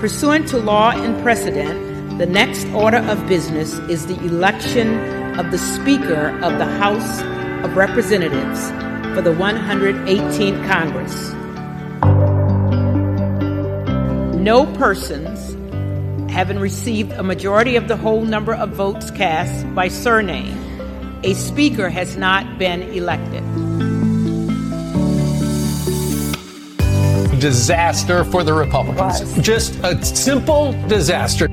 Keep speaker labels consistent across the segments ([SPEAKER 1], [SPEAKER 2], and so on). [SPEAKER 1] Pursuant to law and precedent, the next order of business is the election of the Speaker of the House of Representatives for the 118th Congress. No persons having received a majority of the whole number of votes cast by surname, a Speaker has not been elected.
[SPEAKER 2] disaster for the Republicans.
[SPEAKER 3] Was.
[SPEAKER 2] Just a simple disaster.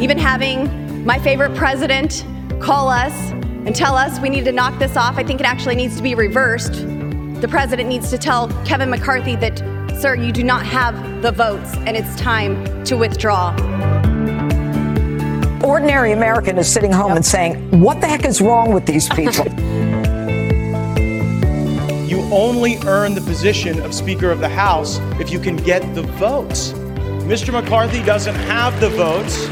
[SPEAKER 3] Even having my favorite president call us and tell us we need to knock this off, I think it actually needs to be reversed. The president needs to tell Kevin McCarthy that, sir, you do not have the votes and it's time to withdraw.
[SPEAKER 4] ordinary American is sitting home and saying, What the heck is wrong with these people?
[SPEAKER 5] You only earn the position of Speaker of the House if you can get the votes. Mr. McCarthy doesn't have the votes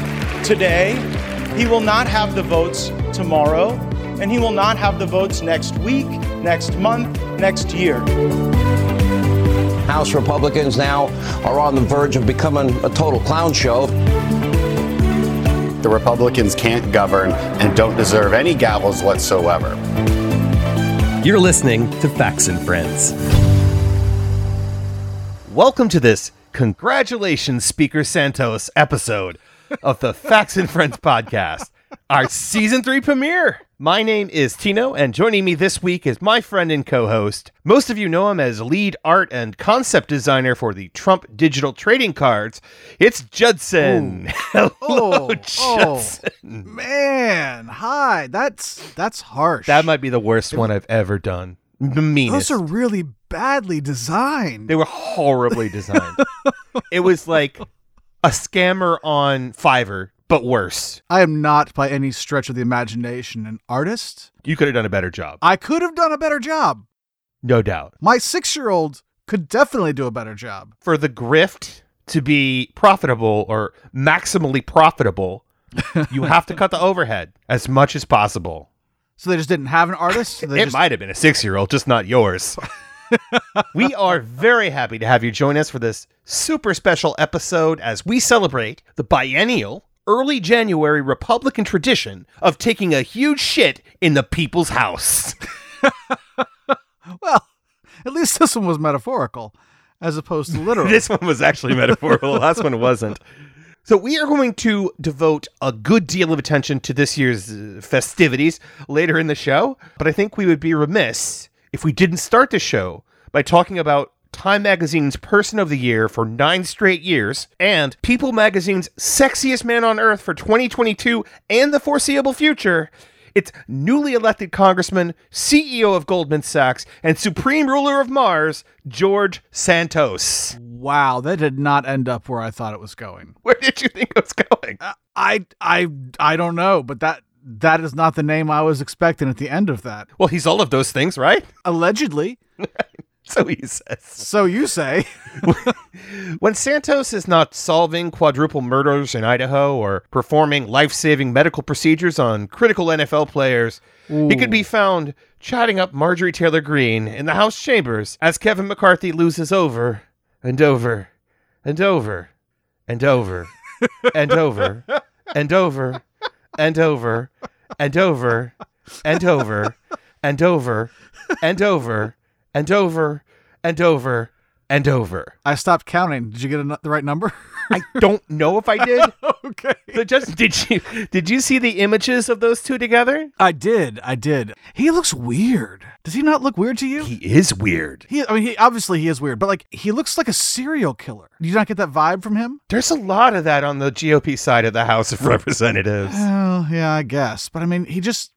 [SPEAKER 5] today. He will not have the votes tomorrow. And he will not have the votes next week, next month, next year.
[SPEAKER 6] House Republicans now are on the verge of becoming a total clown show.
[SPEAKER 7] The Republicans can't govern and don't deserve any gavels whatsoever.
[SPEAKER 8] You're listening to Facts and Friends. Welcome to this congratulations, Speaker Santos episode of the Facts and Friends podcast, our season three premiere. My name is Tino, and joining me this week is my friend and co host. Most of you know him as lead art and concept designer for the Trump digital trading cards. It's Judson. Hello,
[SPEAKER 9] Oh, oh.
[SPEAKER 8] Judson.
[SPEAKER 9] Man, hi. That's that's harsh.
[SPEAKER 8] That might be the worst one I've ever done. The meanest.
[SPEAKER 9] Those are really badly designed.
[SPEAKER 8] They were horribly designed. it was like a scammer on Fiverr, but worse.
[SPEAKER 9] I am not by any stretch of the imagination an artist.
[SPEAKER 8] You could have done a better job,
[SPEAKER 9] I could have done a better job.
[SPEAKER 8] no doubt.
[SPEAKER 9] My 6-year-old could definitely do a better job.
[SPEAKER 8] For the grift to be profitable or maximally profitable, you have to cut the overhead as much as possible.
[SPEAKER 9] So they just didn't have an artist. so they
[SPEAKER 8] it
[SPEAKER 9] just-
[SPEAKER 8] might have been a six year old, just not yours. we are very happy to have you join us for this super special episode as we celebrate the biennial early January Republican tradition of taking a huge shit in the people's house.
[SPEAKER 9] Well, at least this one was metaphorical as opposed to literal.
[SPEAKER 8] this one was actually metaphorical, the last one wasn't. So, we are going to devote a good deal of attention to this year's uh, festivities later in the show, but I think we would be remiss if we didn't start the show by talking about Time Magazine's Person of the Year for nine straight years and People Magazine's Sexiest Man on Earth for 2022 and the foreseeable future. It's newly elected Congressman, CEO of Goldman Sachs, and Supreme Ruler of Mars, George Santos.
[SPEAKER 9] wow, that did not end up where I thought it was going. Uh,
[SPEAKER 8] Where did you think I was going?
[SPEAKER 9] I I I don't know, but that that is not the name I was expecting at the end of that.
[SPEAKER 8] Well, he's all of those things, right?
[SPEAKER 9] Allegedly,
[SPEAKER 8] So he says.
[SPEAKER 9] so you say.
[SPEAKER 8] When Santos is not solving quadruple murders in Idaho or performing life saving medical procedures on critical NFL players, he could be found chatting up Marjorie Taylor Greene in the House chambers as Kevin McCarthy loses over and over and over and over and over and over and over and over and over and over and over and over and over and over.
[SPEAKER 9] I stopped counting. Did you get a, nu- the right number?
[SPEAKER 8] I don't know if I did.
[SPEAKER 9] okay.
[SPEAKER 8] But just did you did you see the images of those two together?
[SPEAKER 9] I did. I did. He looks weird. Does he not look weird to you? He,
[SPEAKER 8] is weird.
[SPEAKER 9] I mean, he obviously he is weird, but like he looks like a serial killer. Do you not get that vibe from him?
[SPEAKER 8] There's a lot of that on the GOP side of the House of Representatives.
[SPEAKER 9] Oh, yeah, I guess. But I mean, he just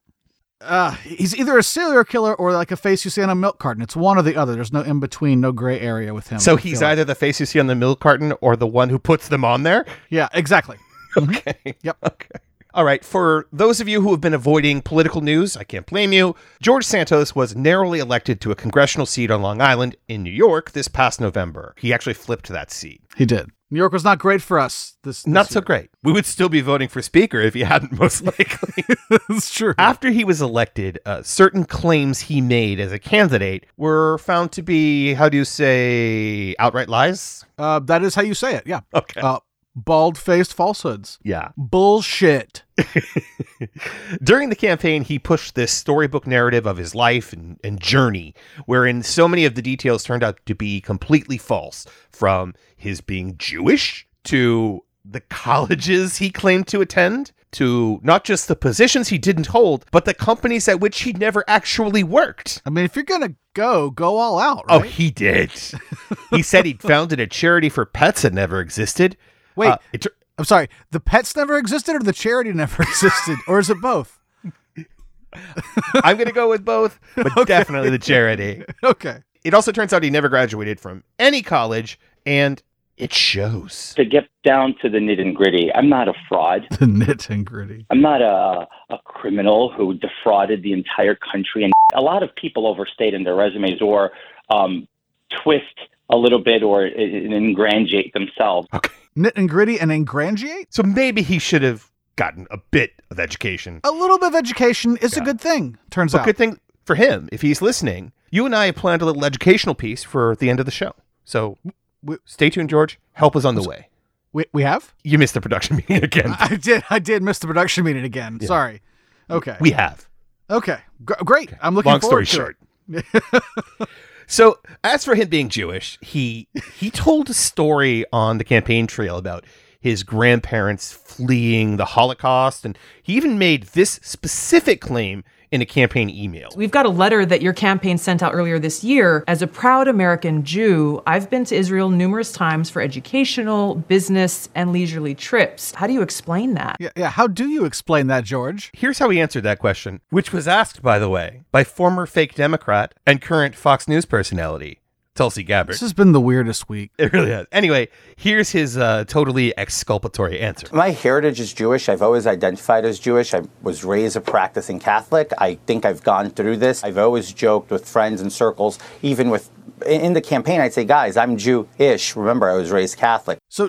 [SPEAKER 9] uh he's either a serial killer or like a face you see on a milk carton. It's one or the other. There's no in between, no gray area with him.
[SPEAKER 8] So
[SPEAKER 9] I
[SPEAKER 8] he's
[SPEAKER 9] feel like.
[SPEAKER 8] either the face you see on the milk carton or the one who puts them on there.
[SPEAKER 9] Yeah, exactly. Mm-hmm.
[SPEAKER 8] Okay. Yep. Okay. All right. For those of you who have been avoiding political news, I can't blame you. George Santos was narrowly elected to a congressional seat on Long Island in New York this past November. He actually flipped that seat.
[SPEAKER 9] He did. New York was not great for us. This, this
[SPEAKER 8] Not so
[SPEAKER 9] year.
[SPEAKER 8] great. We would still be voting for Speaker if he hadn't, most likely.
[SPEAKER 9] it's true.
[SPEAKER 8] After he was elected, uh, certain claims he made as a candidate were found to be, how do you say, outright lies?
[SPEAKER 9] Uh, that is how you say it. Yeah.
[SPEAKER 8] Okay.
[SPEAKER 9] Uh, Bald faced falsehoods.
[SPEAKER 8] Yeah.
[SPEAKER 9] Bullshit.
[SPEAKER 8] During the campaign, he pushed this storybook narrative of his life and, and journey, wherein so many of the details turned out to be completely false, from his being Jewish to the colleges he claimed to attend. To not just the positions he didn't hold, but the companies at which he never actually worked.
[SPEAKER 9] I mean, if you're gonna go, go all out.
[SPEAKER 8] Oh,
[SPEAKER 9] Right?
[SPEAKER 8] he did. he said he'd founded a charity for pets that never existed.
[SPEAKER 9] Wait.
[SPEAKER 8] Uh, it tur-
[SPEAKER 9] I'm sorry. The pets never existed, or the charity never existed, or is it both?
[SPEAKER 8] I'm going to go with both, but definitely the charity.
[SPEAKER 9] Okay.
[SPEAKER 8] It also turns out he never graduated from any college, and it shows.
[SPEAKER 10] to get down to the nitty and gritty, I'm not a fraud.
[SPEAKER 9] The nit and gritty.
[SPEAKER 10] I'm not a, a criminal who defrauded the entire country. And a lot of people overstate in their resumes or um, twist a little bit or i- i- ingratiate themselves.
[SPEAKER 8] Okay.
[SPEAKER 9] Nit and gritty and ingrangiate.
[SPEAKER 8] So maybe he should have gotten a bit of education.
[SPEAKER 9] A little bit of education is a good thing. Turns
[SPEAKER 8] But
[SPEAKER 9] Oh, out.
[SPEAKER 8] good thing for him, if he's listening, you and I have planned a little educational piece for the end of the show. So
[SPEAKER 9] W-
[SPEAKER 8] stay tuned, George. Help is on the way.
[SPEAKER 9] we, we have.
[SPEAKER 8] You missed the production meeting again.
[SPEAKER 9] I did. I did miss the production meeting again. Sorry. Okay.
[SPEAKER 8] We have.
[SPEAKER 9] okay. Gr- great. I'm looking.
[SPEAKER 8] Long story
[SPEAKER 9] forward to
[SPEAKER 8] short.
[SPEAKER 9] It.
[SPEAKER 8] So, as for him being Jewish, he he told a story on the campaign trail about his grandparents fleeing the Holocaust, and he even made this specific claim in a campaign email.
[SPEAKER 1] We've got a letter that your campaign sent out earlier this year. As a proud American Jew, I've been to Israel numerous times for educational, business, and leisurely trips. How do you explain that?
[SPEAKER 9] Yeah. Yeah. How do you explain that, George?
[SPEAKER 8] Here's how he answered that question, which was asked, by the way, by former fake Democrat and current Fox News personality Tulsi Gabbard.
[SPEAKER 9] This has been the weirdest week.
[SPEAKER 8] it really has. Anyway, here's his uh, totally exculpatory answer.
[SPEAKER 10] My heritage is Jewish. I've always identified as Jewish. I was raised a practicing Catholic. I think I've gone through this. I've always joked with friends and circles, even with in in the campaign, I'd say, guys, I'm Jew-ish. Remember, I was raised Catholic.
[SPEAKER 9] So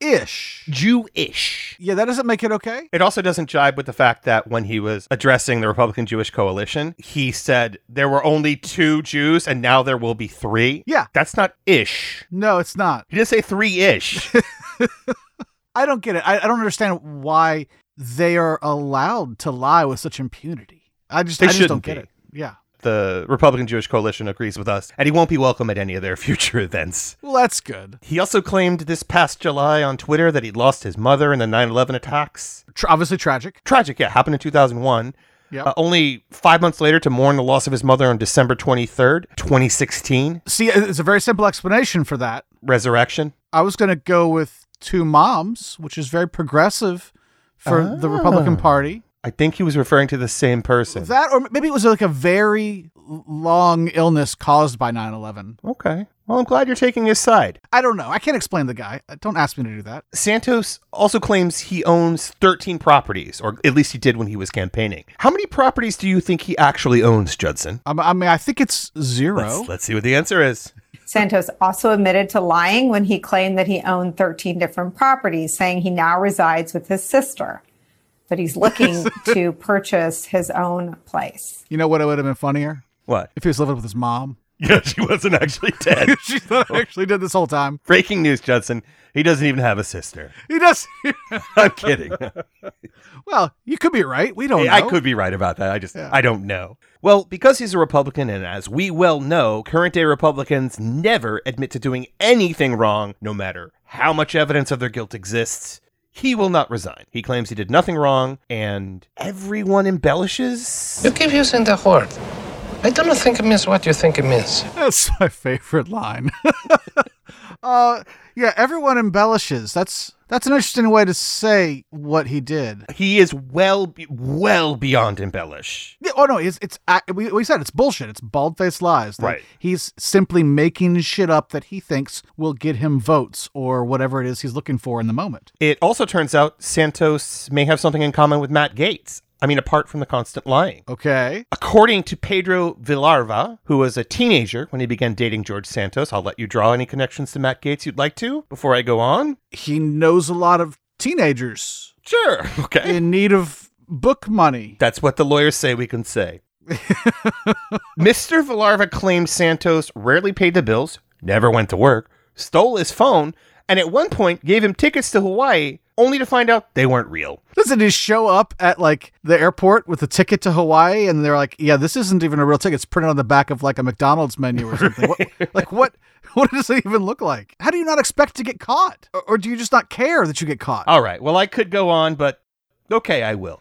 [SPEAKER 9] Jew-ish.
[SPEAKER 8] Jewish.
[SPEAKER 9] Yeah, that doesn't make it okay.
[SPEAKER 8] It also doesn't jibe with the fact that when he was addressing the Republican Jewish coalition, he said there were only two Jews and now there will be three.
[SPEAKER 9] Yeah.
[SPEAKER 8] That's not ish.
[SPEAKER 9] No, it's not.
[SPEAKER 8] He didn't say three ish.
[SPEAKER 9] I don't get it. I, I don't understand why they are allowed to lie with such impunity. I just
[SPEAKER 8] They
[SPEAKER 9] I just don't
[SPEAKER 8] shouldn't
[SPEAKER 9] get
[SPEAKER 8] be.
[SPEAKER 9] it. Yeah.
[SPEAKER 8] the Republican Jewish coalition agrees with us, and he won't be welcome at any of their future events.
[SPEAKER 9] Well, that's good.
[SPEAKER 8] He also claimed this past July on Twitter that he'd lost his mother in the 9 11 attacks.
[SPEAKER 9] Tr obviously tragic.
[SPEAKER 8] Tragic, yeah, happened in 2001.
[SPEAKER 9] Yeah.
[SPEAKER 8] Uh, only five months later to mourn the loss of his mother on December 23rd, 2016.
[SPEAKER 9] See, it's a very simple explanation for that.
[SPEAKER 8] Resurrection.
[SPEAKER 9] I was going to go with two moms, which is very progressive for the Republican
[SPEAKER 8] Ah.
[SPEAKER 9] Party.
[SPEAKER 8] I think he was referring to the same person.
[SPEAKER 9] That, or maybe it was like a very l- long illness caused by 9 11.
[SPEAKER 8] okay. Well, I'm glad you're taking his side.
[SPEAKER 9] I don't know. I can't explain the guy. Uh, Don't ask me to do that.
[SPEAKER 8] Santos also claims he owns 13 properties, or at least he did when he was campaigning. How many properties do you think he actually owns, Judson?
[SPEAKER 9] I, I mean, I think it's 0
[SPEAKER 8] Let's, let's see what the answer is.
[SPEAKER 10] Santos also admitted to lying when he claimed that he owned 13 different properties, saying he now resides with his sister, but he's looking to purchase his own place.
[SPEAKER 9] you know what? It would have been funnier
[SPEAKER 8] What?
[SPEAKER 9] if he was living with his mom. Oh.
[SPEAKER 8] Yeah, she wasn't actually dead.
[SPEAKER 9] she thought I actually did this whole time.
[SPEAKER 8] Breaking news, Judson. He doesn't even have a sister.
[SPEAKER 9] He does.
[SPEAKER 8] I'm kidding.
[SPEAKER 9] well, you could be right. We don't.
[SPEAKER 8] I
[SPEAKER 9] know.
[SPEAKER 8] could be right about that. I just, I don't know. Well, because he's a Republican, and as we well know, current day Republicans never admit to doing anything wrong, no matter how much evidence of their guilt exists, he will not resign. He claims he did nothing wrong, and everyone embellishes.
[SPEAKER 2] keep using that word. I don't think it means what you think it means.
[SPEAKER 9] That's my favorite line. uh, yeah. Everyone embellishes. That's that's an interesting way to say what he did.
[SPEAKER 8] He is well, be- well beyond embellish.
[SPEAKER 9] Yeah, oh no, it's it's I- we, we said it's bullshit. It's bald faced lies. That
[SPEAKER 8] Right.
[SPEAKER 9] He's simply making shit up that he thinks will get him votes or whatever it is he's looking for in the moment.
[SPEAKER 8] It also turns out Santos may have something in common with Matt Gates. I mean, apart from the constant lying.
[SPEAKER 9] Okay.
[SPEAKER 8] According to Pedro Villarva, who was a teenager when he began dating George Santos, I'll let you draw any connections to Matt Gates you'd like to before I go on.
[SPEAKER 9] He knows a lot of teenagers.
[SPEAKER 8] Sure. Okay.
[SPEAKER 9] In need of book money.
[SPEAKER 8] That's what the lawyers say we can say. Mr. Villarva claimed Santos rarely paid the bills, never went to work, stole his phone, and at one point gave him tickets to Hawaii only to find out they weren't real.
[SPEAKER 9] Doesn't he show up at like the airport with a ticket to Hawaii and they're like, yeah, this isn't even a real ticket. It's printed on the back of like a McDonald's menu or something. what, like what? What does it even look like? How do you not expect to get caught? Or, or do you just not care that you get caught?
[SPEAKER 8] All right. Well, I could go on, but okay, I will.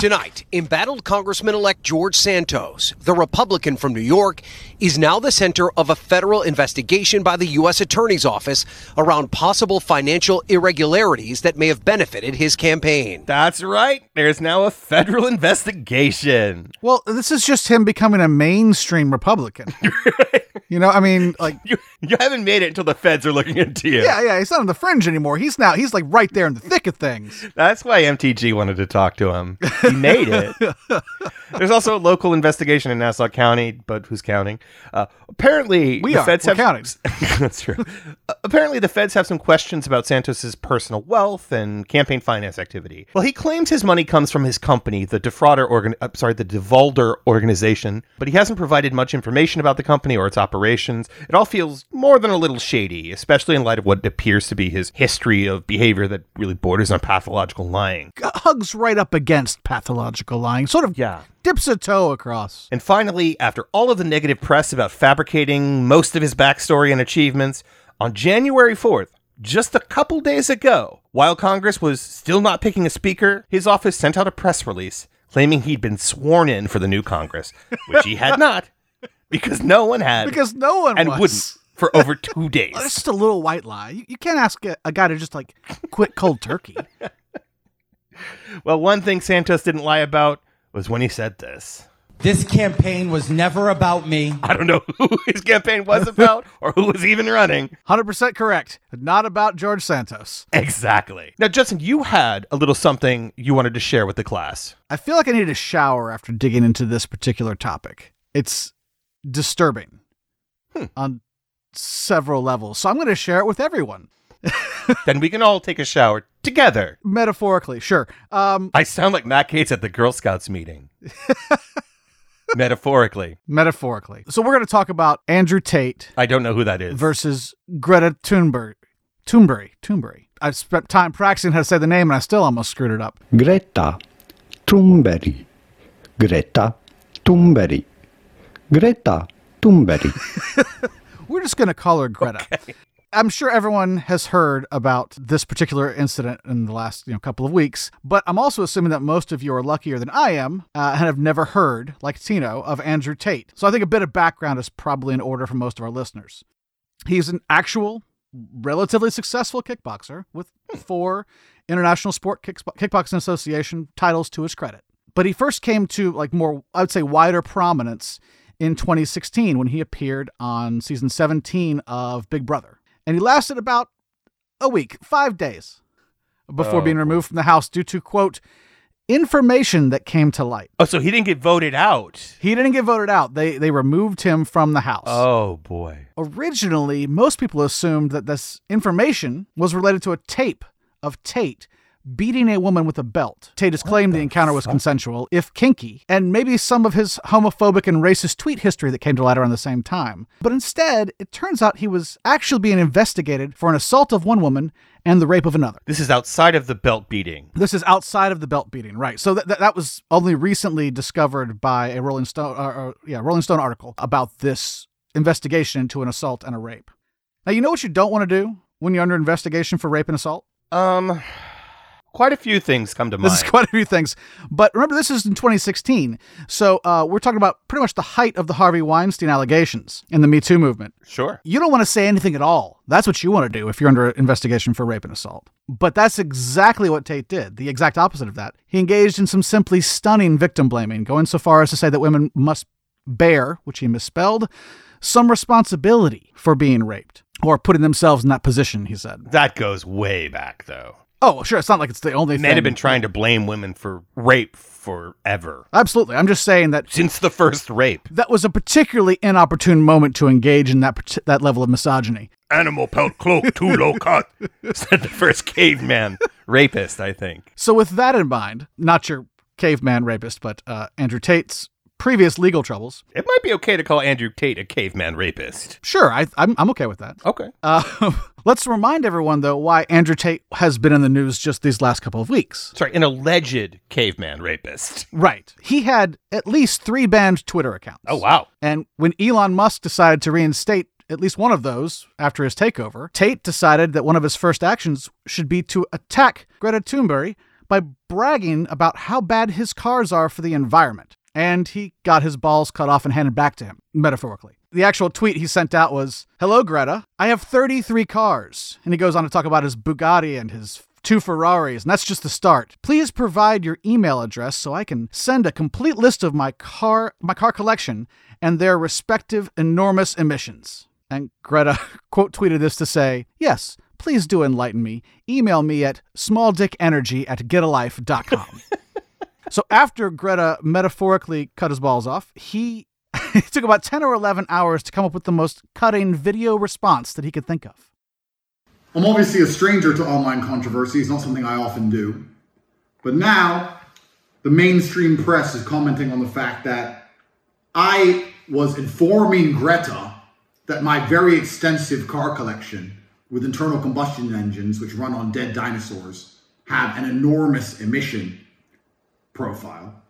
[SPEAKER 11] Tonight, embattled Congressman elect George Santos, the Republican from New York, is now the center of a federal investigation by the U.S. Attorney's Office around possible financial irregularities that may have benefited his campaign.
[SPEAKER 8] That's right. There's now a federal investigation.
[SPEAKER 9] Well, this is just him becoming a mainstream Republican. you know, I mean, like.
[SPEAKER 8] You, you haven't made it until the feds are looking into you.
[SPEAKER 9] Yeah, yeah. He's not on the fringe anymore. He's now, he's like right there in the thick of things.
[SPEAKER 8] That's why MTG wanted to talk to him. he made it. There's also a local investigation in Nassau County, but who's counting? Uh, apparently,
[SPEAKER 9] we the are. Feds We're have
[SPEAKER 8] counting. that's true. Uh, apparently, the feds have some questions about Santos's personal wealth and campaign finance activity. Well, he claims his money comes from his company, the defrauder organ. Uh, sorry, the Devolder organization, but he hasn't provided much information about the company or its operations. It all feels more than a little shady, especially in light of what appears to be his history of behavior that really borders on pathological lying.
[SPEAKER 9] Hugs right up against pathological lying, sort of
[SPEAKER 8] yeah.
[SPEAKER 9] dips a toe across.
[SPEAKER 8] And finally, after all of the negative press about fabricating most of his backstory and achievements, on January 4th, just a couple days ago, while Congress was still not picking a speaker, his office sent out a press release claiming he'd been sworn in for the new Congress, which he had not, because no one had.
[SPEAKER 9] Because no one
[SPEAKER 8] and
[SPEAKER 9] was.
[SPEAKER 8] wouldn't for over two days.
[SPEAKER 9] Oh, That's just a little white lie. You, you can't ask a, a guy to just like quit cold turkey.
[SPEAKER 8] well, one thing Santos didn't lie about was when he said this.
[SPEAKER 12] This campaign was never about me.
[SPEAKER 8] I don't know who his campaign was about or who was even running.
[SPEAKER 9] 100% correct. Not about George Santos.
[SPEAKER 8] Exactly. Now, Justin, you had a little something you wanted to share with the class.
[SPEAKER 9] I feel like I need a shower after digging into this particular topic. It's disturbing hmm. on several levels. So I'm going to share it with everyone.
[SPEAKER 8] then we can all take a shower together.
[SPEAKER 9] Metaphorically, sure. Um,
[SPEAKER 8] I sound like Matt Gates at the Girl Scouts meeting. Metaphorically.
[SPEAKER 9] Metaphorically. So we're going to talk about Andrew Tate.
[SPEAKER 8] I don't know who that is.
[SPEAKER 9] Versus Greta Thunberg. Thunberg. Thunberg. I spent time practicing how to say the name and I still almost screwed it up.
[SPEAKER 13] Greta Thunberg. Greta Thunberg. Greta Thunberg.
[SPEAKER 9] we're just going to call her Greta. Okay. I'm sure everyone has heard about this particular incident in the last you know, couple of weeks, but I'm also assuming that most of you are luckier than I am uh, and have never heard, like Tino, of Andrew Tate. So I think a bit of background is probably in order for most of our listeners. He's an actual, relatively successful kickboxer with four International Sport Kickbo- Kickboxing Association titles to his credit. But he first came to like more, I would say, wider prominence in 2016 when he appeared on season 17 of Big Brother and he lasted about a week, five days, before oh. being removed from the house due to quote information that came to light.
[SPEAKER 8] Oh, so he didn't get voted out.
[SPEAKER 9] He didn't get voted out. They they removed him from the house.
[SPEAKER 8] Oh boy.
[SPEAKER 9] Originally, most people assumed that this information was related to a tape of Tate beating a woman with a belt. Tate has claimed the, the encounter fuck? was consensual, if kinky, and maybe some of his homophobic and racist tweet history that came to light around the same time. But instead, it turns out he was actually being investigated for an assault of one woman and the rape of another.
[SPEAKER 8] This is outside of the belt beating.
[SPEAKER 9] This is outside of the belt beating, right? So th- th- that was only recently discovered by a Rolling Stone, uh, uh, yeah, Rolling Stone article about this investigation into an assault and a rape. Now you know what you don't want to do when you're under investigation for rape and assault.
[SPEAKER 8] Um quite a few things come to
[SPEAKER 9] this
[SPEAKER 8] mind.
[SPEAKER 9] This is quite a few things. But remember, this is in 2016. So uh, we're talking about pretty much the height of the Harvey Weinstein allegations and the Me Too movement.
[SPEAKER 8] Sure.
[SPEAKER 9] You don't want to say anything at all. That's what you want to do if you're under investigation for rape and assault. But that's exactly what Tate did, the exact opposite of that. He engaged in some simply stunning victim blaming, going so far as to say that women must bear, which he misspelled, some responsibility for being raped or putting themselves in that position, he said.
[SPEAKER 8] That goes way back, though.
[SPEAKER 9] Oh, sure. It's not like it's the only
[SPEAKER 8] Men
[SPEAKER 9] thing.
[SPEAKER 8] have been trying to blame women for rape forever.
[SPEAKER 9] Absolutely. I'm just saying that
[SPEAKER 8] Since the first rape.
[SPEAKER 9] that was a particularly inopportune moment to engage in that part- that level of misogyny.
[SPEAKER 8] Animal pelt cloak too low cut, said the first caveman rapist, I think.
[SPEAKER 9] So, with that in mind, not your caveman rapist, but uh, Andrew Tate's previous legal troubles.
[SPEAKER 8] It might be okay to call Andrew Tate a caveman rapist.
[SPEAKER 9] Sure, I, I'm I'm okay with that.
[SPEAKER 8] Okay.
[SPEAKER 9] Uh, let's remind everyone though why Andrew Tate has been in the news just these last couple of weeks.
[SPEAKER 8] Sorry, an alleged caveman rapist.
[SPEAKER 9] Right. He had at least three banned Twitter accounts.
[SPEAKER 8] Oh, wow.
[SPEAKER 9] And when Elon Musk decided to reinstate at least one of those after his takeover, Tate decided that one of his first actions should be to attack Greta Thunberg by bragging about how bad his cars are for the environment. And he got his balls cut off and handed back to him, metaphorically. The actual tweet he sent out was Hello, Greta. I have 33 cars. And he goes on to talk about his Bugatti and his two Ferraris, and that's just the start. Please provide your email address so I can send a complete list of my car my car collection and their respective enormous emissions. And Greta quote tweeted this to say, Yes, please do enlighten me. Email me at smalldickenergy at getalife.com. so after Greta metaphorically cut his balls off, he it took about 10 or 11 hours to come up with the most cutting video response that he could think of.
[SPEAKER 14] I'm obviously a stranger to online controversy. It's not something I often do. But now, the mainstream press is commenting on the fact that I was informing Greta that my very extensive car collection with internal combustion engines, which run on dead dinosaurs, have an enormous emission profile.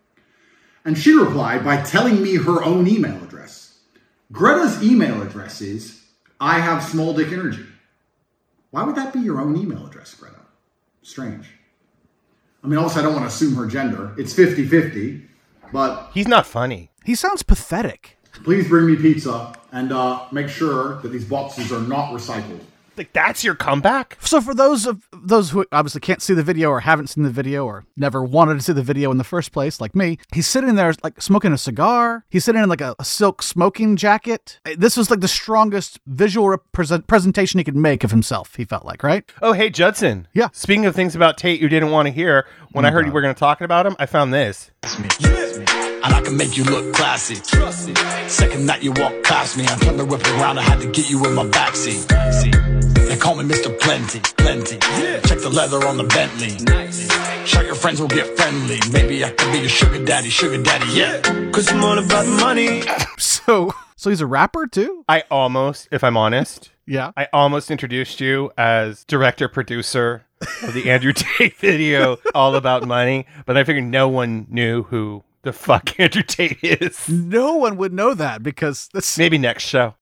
[SPEAKER 14] And she replied by telling me her own email address. Greta's email address is I have small dick energy. Why would that be your own email address, Greta? Strange. I mean, also, I don't want to assume her gender. It's 50 50, but.
[SPEAKER 8] He's not funny.
[SPEAKER 9] He sounds pathetic.
[SPEAKER 14] Please bring me pizza and uh, make sure that these boxes are not recycled.
[SPEAKER 8] Like, that's your comeback?
[SPEAKER 9] So for those of those who obviously can't see the video or haven't seen the video or never wanted to see the video in the first place, like me, he's sitting there like smoking a cigar. He's sitting in like a, a silk smoking jacket. Uh, This was like the strongest visual represent- presentation he could make of himself. He felt like right.
[SPEAKER 8] Oh, hey, Judson.
[SPEAKER 9] Yeah.
[SPEAKER 8] Speaking of things about Tate you didn't want to hear, when I heard you were going to talk about him, I found this.
[SPEAKER 15] And I can make you look classy. Trust it. Second night you walk past me, I'm trying to whip around. I had to get you in my backseat. They call me Mr. Plenty, plenty. Check the leather on the Bentley. Nice. Sure your friends will get friendly. Maybe I could be your sugar daddy, sugar daddy. Yeah. Cause I'm all about money.
[SPEAKER 9] So so he's a rapper too.
[SPEAKER 8] I almost, if I'm honest,
[SPEAKER 9] Yeah.
[SPEAKER 8] I almost introduced you as director producer of the Andrew Tate video, All About Money, but I figured no one knew who the fuck Andrew Tate is.
[SPEAKER 9] No one would know that because that's
[SPEAKER 8] maybe next show.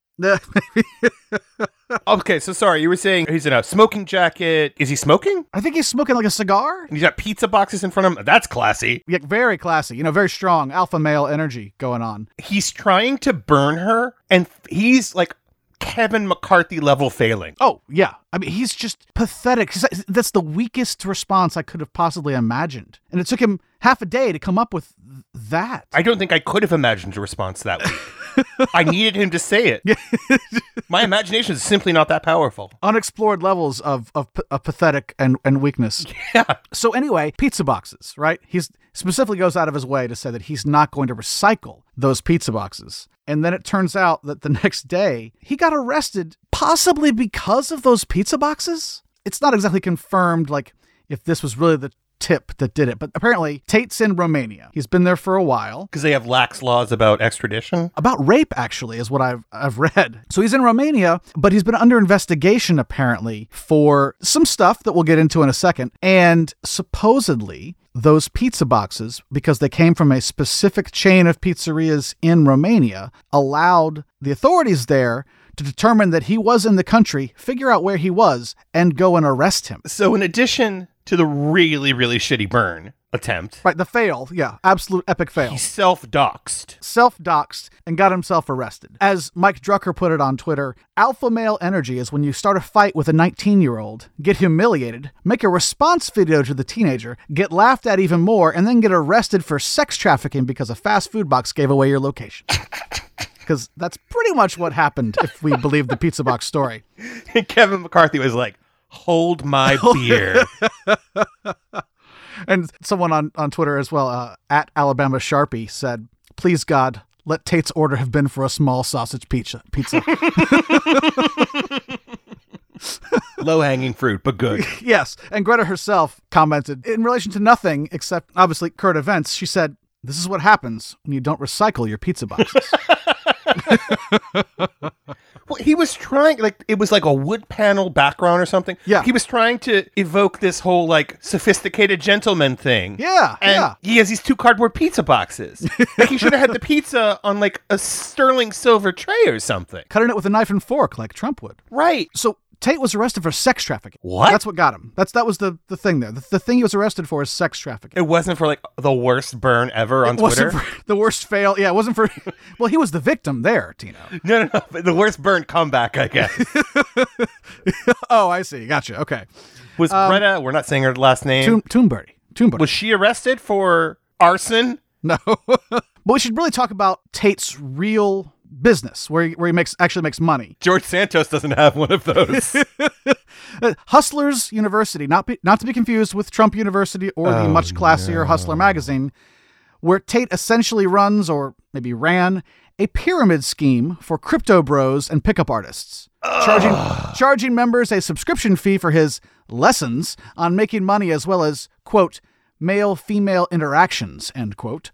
[SPEAKER 8] okay, so sorry, you were saying he's in a smoking jacket. Is he smoking?
[SPEAKER 9] I think he's smoking like a cigar.
[SPEAKER 8] And he's got pizza boxes in front of him. That's classy.
[SPEAKER 9] Yeah, very classy. You know, very strong alpha male energy going on.
[SPEAKER 8] He's trying to burn her, and he's like Kevin McCarthy level failing.
[SPEAKER 9] Oh, yeah. I mean, he's just pathetic. He's- That's the weakest response I could have possibly imagined. And it took him half a day to come up with th- that.
[SPEAKER 8] I don't think I could have imagined a response that week. I needed him to say it. My imagination is simply not that powerful.
[SPEAKER 9] Unexplored levels of, of, p- of pathetic and, and weakness.
[SPEAKER 8] Yeah.
[SPEAKER 9] So, anyway, pizza boxes, right? He's specifically goes out of his way to say that he's not going to recycle those pizza boxes. And then it turns out that the next day he got arrested, possibly because of those pizza boxes. It's not exactly confirmed, like if this was really the tip that did it, but apparently Tate's in Romania. He's been there for a while.
[SPEAKER 8] Because they have lax laws about extradition.
[SPEAKER 9] About rape, actually, is what I've I've read. So he's in Romania, but he's been under investigation apparently for some stuff that we'll get into in a second. And supposedly those pizza boxes, because they came from a specific chain of pizzerias in Romania, allowed the authorities there to determine that he was in the country, figure out where he was, and go and arrest him.
[SPEAKER 8] So, in addition to the really, really shitty burn attempt,
[SPEAKER 9] Right, the fail, yeah, absolute epic fail.
[SPEAKER 8] he self doxed.
[SPEAKER 9] self doxed and got himself arrested. As Mike Drucker put it on Twitter, alpha male energy is when you start a fight with a 19 year old, get humiliated, make a response video to the teenager, get laughed at even more, and then get arrested for sex trafficking because a fast food box gave away your location. Because that's pretty much what happened if we believe the pizza box story.
[SPEAKER 8] And Kevin McCarthy was like, Hold my beer.
[SPEAKER 9] and someone on, on Twitter as well, uh, at Alabama Sharpie, said, "Please God, let Tate's order have been for a small sausage pizza." Pizza.
[SPEAKER 8] Low hanging fruit, but good.
[SPEAKER 9] yes, and Greta herself commented in relation to nothing except obviously current events. She said, "This is what happens when you don't recycle your pizza boxes."
[SPEAKER 8] Well, he was trying like it was like a wood panel background or something. Yeah, he was trying to evoke this whole like sophisticated gentleman thing.
[SPEAKER 9] Yeah,
[SPEAKER 8] and
[SPEAKER 9] yeah.
[SPEAKER 8] he has these two cardboard pizza boxes. like he should have had the pizza on like a sterling silver tray or something.
[SPEAKER 9] Cutting it with a knife and fork like Trump would.
[SPEAKER 8] Right.
[SPEAKER 9] So Tate was arrested for sex trafficking.
[SPEAKER 8] What?
[SPEAKER 9] That's what got him. That's that was the, the thing there. The, the thing he was arrested for is sex trafficking.
[SPEAKER 8] It wasn't for like the worst burn ever on
[SPEAKER 9] it wasn't
[SPEAKER 8] Twitter.
[SPEAKER 9] for the worst fail. Yeah, it wasn't for. Well, he was the victim there, Tina.
[SPEAKER 8] No, no, no. but The worst burn comeback, I guess.
[SPEAKER 9] Um, oh, I see. Gotcha. Okay.
[SPEAKER 8] Was
[SPEAKER 9] Um,
[SPEAKER 8] Greta? We're not saying her last name.
[SPEAKER 9] Tomb Toomberry. Toomberry.
[SPEAKER 8] Was she arrested for arson?
[SPEAKER 9] No. but we should really talk about Tate's real business, where he, where he makes actually makes money.
[SPEAKER 8] George Santos doesn't have one of those.
[SPEAKER 9] Uh, Hustlers University, not be, not to be confused with Trump University or the
[SPEAKER 8] Oh,
[SPEAKER 9] much classier Hustler magazine, where Tate essentially runs or maybe ran a pyramid scheme for crypto bros and pickup artists, charging charging members a subscription fee for his lessons on making money as well as quote male female interactions end quote,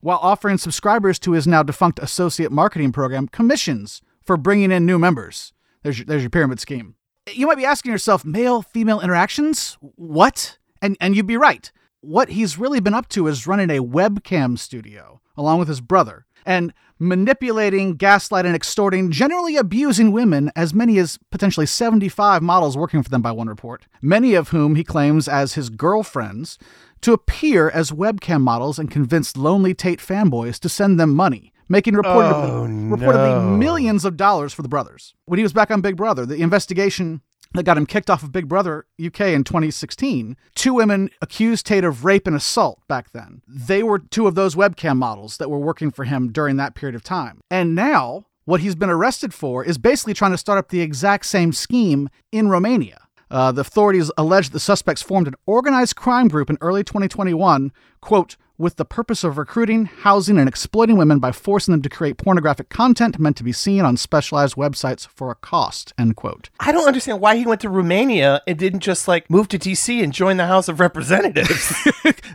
[SPEAKER 9] while offering subscribers to his now defunct associate marketing program commissions for bringing in new members. There's your, there's your pyramid scheme you might be asking yourself, male female interactions? What? And and you'd be right. What he's really been up to is running a webcam studio along with his brother and manipulating, gaslighting, extorting, generally abusing women as many as potentially 75 models working for them by one report, many of whom he claims as his girlfriends to appear as webcam models and convince lonely Tate fanboys to send them money, making reportedly
[SPEAKER 8] Oh,
[SPEAKER 9] reportedly
[SPEAKER 8] no.
[SPEAKER 9] millions of dollars for the brothers. When he was back on Big Brother, the investigation that got him kicked off of Big Brother UK in 2016, two women accused Tate of rape and assault back then. They were two of those webcam models that were working for him during that period of time. And now, what he's been arrested for is basically trying to start up the exact same scheme in Romania. Uh, the authorities allege the suspects formed an organized crime group in early 2021, quote, with the purpose of recruiting, housing, and exploiting women by forcing them to create pornographic content meant to be seen on specialized websites for a cost, end quote.
[SPEAKER 8] I don't understand why he went to Romania and didn't just like move to DC and join the House of Representatives.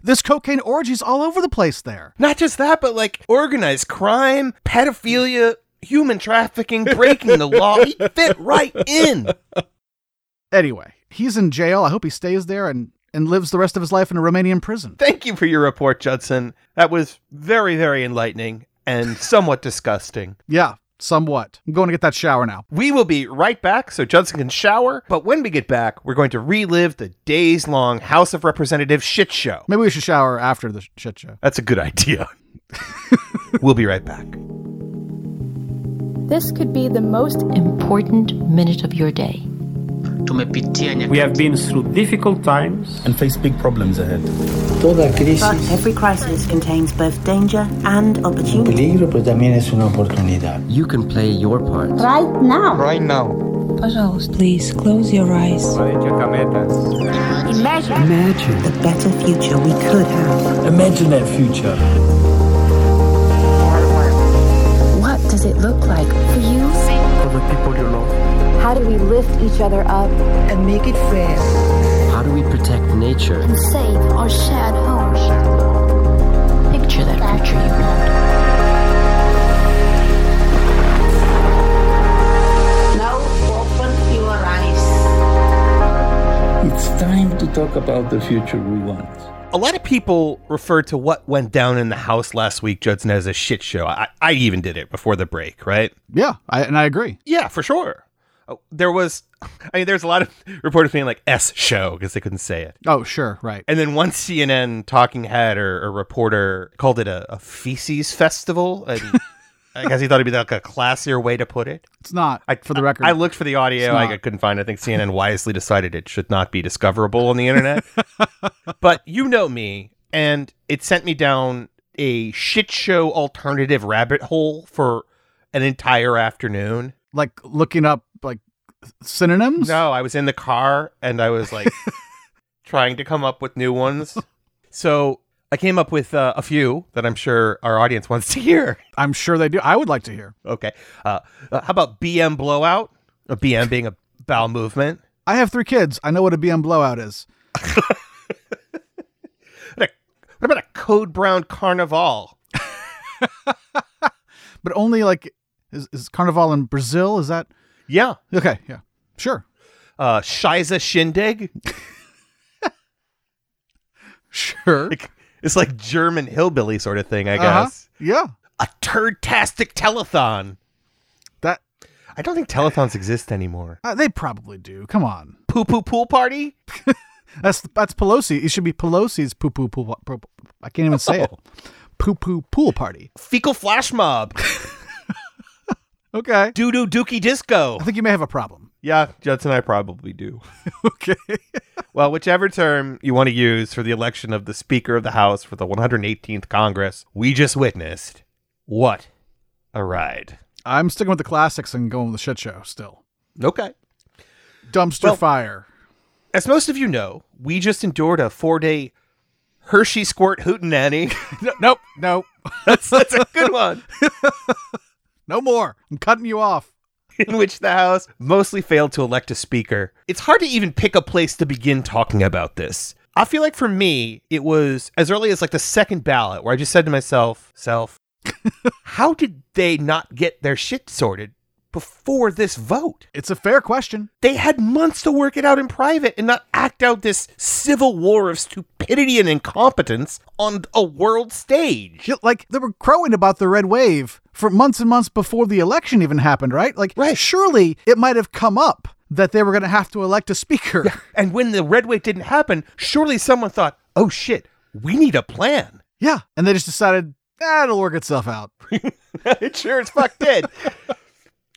[SPEAKER 9] There's cocaine orgies all over the place there.
[SPEAKER 8] Not just that, but like organized crime, pedophilia, human trafficking, breaking the law. He fit right in.
[SPEAKER 9] Anyway, he's in jail. I hope he stays there and, and lives the rest of his life in a Romanian prison.
[SPEAKER 8] Thank you for your report, Judson. That was very, very enlightening and somewhat disgusting.
[SPEAKER 9] Yeah, somewhat. I'm going to get that shower now.
[SPEAKER 8] We will be right back so Judson can shower, but when we get back, we're going to relive the days long House of Representatives shit show.
[SPEAKER 9] Maybe we should shower after the sh- shit show.
[SPEAKER 8] That's a good idea. we'll be right back.
[SPEAKER 16] This could be the most important minute of your day.
[SPEAKER 17] We have been through difficult times and face big problems ahead. Toda
[SPEAKER 18] But every crisis contains both danger and opportunity.
[SPEAKER 17] peligro, pero también es una oportunidad. You can play your part.
[SPEAKER 18] Right now.
[SPEAKER 17] Right now.
[SPEAKER 18] Please close your eyes. Imagine. Imagine the better future we could have.
[SPEAKER 17] Imagine that future.
[SPEAKER 19] What does it look like for you?
[SPEAKER 17] For the people you love.
[SPEAKER 19] How do we lift each other up and make it fair
[SPEAKER 17] How do we protect nature?
[SPEAKER 19] and save our shared home? Picture that future you want.
[SPEAKER 18] Now open your eyes.
[SPEAKER 17] It's time to talk about the future we want.
[SPEAKER 8] A lot of people refer to what went down in the house last week, Judson, as a shit show. I, I even did it before the break, right?
[SPEAKER 9] Yeah, I, and I agree.
[SPEAKER 8] Yeah, for sure. Oh, There was, I mean, there's a lot of reporters being like S show because they couldn't say it.
[SPEAKER 9] Oh, sure, right.
[SPEAKER 8] And then one CNN talking head or a reporter called it a, a feces festival. And I guess he thought it'd be like a classier way to put it.
[SPEAKER 9] It's not, for the record.
[SPEAKER 8] I looked for the audio.
[SPEAKER 9] It's
[SPEAKER 8] I,
[SPEAKER 9] not.
[SPEAKER 8] couldn't find. it. I think CNN wisely decided it should not be discoverable on the internet. but you know me, and it sent me down a shit show alternative rabbit hole for an entire afternoon.
[SPEAKER 9] like looking up like synonyms?
[SPEAKER 8] No, I was in the car and I was like trying to come up with new ones. So I came up with uh, a few that I'm sure our audience wants to hear.
[SPEAKER 9] I'm sure they do. I would like to hear.
[SPEAKER 8] Okay. Uh, uh, how about BM blowout? A BM being a bowel movement.
[SPEAKER 9] I have three kids. I know what a BM blowout is.
[SPEAKER 8] What about a code brown carnival?
[SPEAKER 9] but only like is, is carnival in Brazil? Is that
[SPEAKER 8] Yeah.
[SPEAKER 9] Okay, yeah. Sure.
[SPEAKER 8] Uh Shiza Shindig?
[SPEAKER 9] sure.
[SPEAKER 8] it's like German hillbilly sort of thing, I
[SPEAKER 9] Uh-huh.
[SPEAKER 8] guess.
[SPEAKER 9] Yeah.
[SPEAKER 8] A turdtastic telethon.
[SPEAKER 9] That
[SPEAKER 8] I don't think telethons exist anymore.
[SPEAKER 9] Uh, they probably do. Come on.
[SPEAKER 8] Poo poo pool party?
[SPEAKER 9] That's that's Pelosi. It should be Pelosi's poo poo pool. poo- poo- I can't even say it. Poo poo pool party.
[SPEAKER 8] Fecal flash mob.
[SPEAKER 9] okay.
[SPEAKER 8] Doo doo dookie disco.
[SPEAKER 9] I think you may have a problem.
[SPEAKER 8] Yeah, Judson and I probably do. okay. well, whichever term you want to use for the election of the Speaker of the House for the 118th Congress, we just witnessed what a ride.
[SPEAKER 9] I'm sticking with the classics and going with the shit show still.
[SPEAKER 8] Okay.
[SPEAKER 9] Dumpster
[SPEAKER 8] Well-
[SPEAKER 9] fire.
[SPEAKER 8] As most of you know, we just endured a four day Hershey squirt hootenanny.
[SPEAKER 9] nope, nope.
[SPEAKER 8] that's, that's a good one.
[SPEAKER 9] No more. I'm cutting you off.
[SPEAKER 8] in which the House mostly failed to elect a speaker. It's hard to even pick a place to begin talking about this. I feel like for me, it was as early as like the second ballot where I just said to myself, self, how did they not get their shit sorted before this vote?
[SPEAKER 9] It's a fair question.
[SPEAKER 8] They had months to work it out in private and not act out this civil war of stupidity and incompetence on a world stage.
[SPEAKER 9] Yeah, Like they were crowing about the red wave for months and months before the election even happened, right? Like surely it might have come up that they were going to have to elect a speaker.
[SPEAKER 8] And when the red wave didn't happen, surely someone thought, oh shit, we need a plan.
[SPEAKER 9] Yeah, and they just decided that it'll work itself out.
[SPEAKER 8] it sure as fuck did.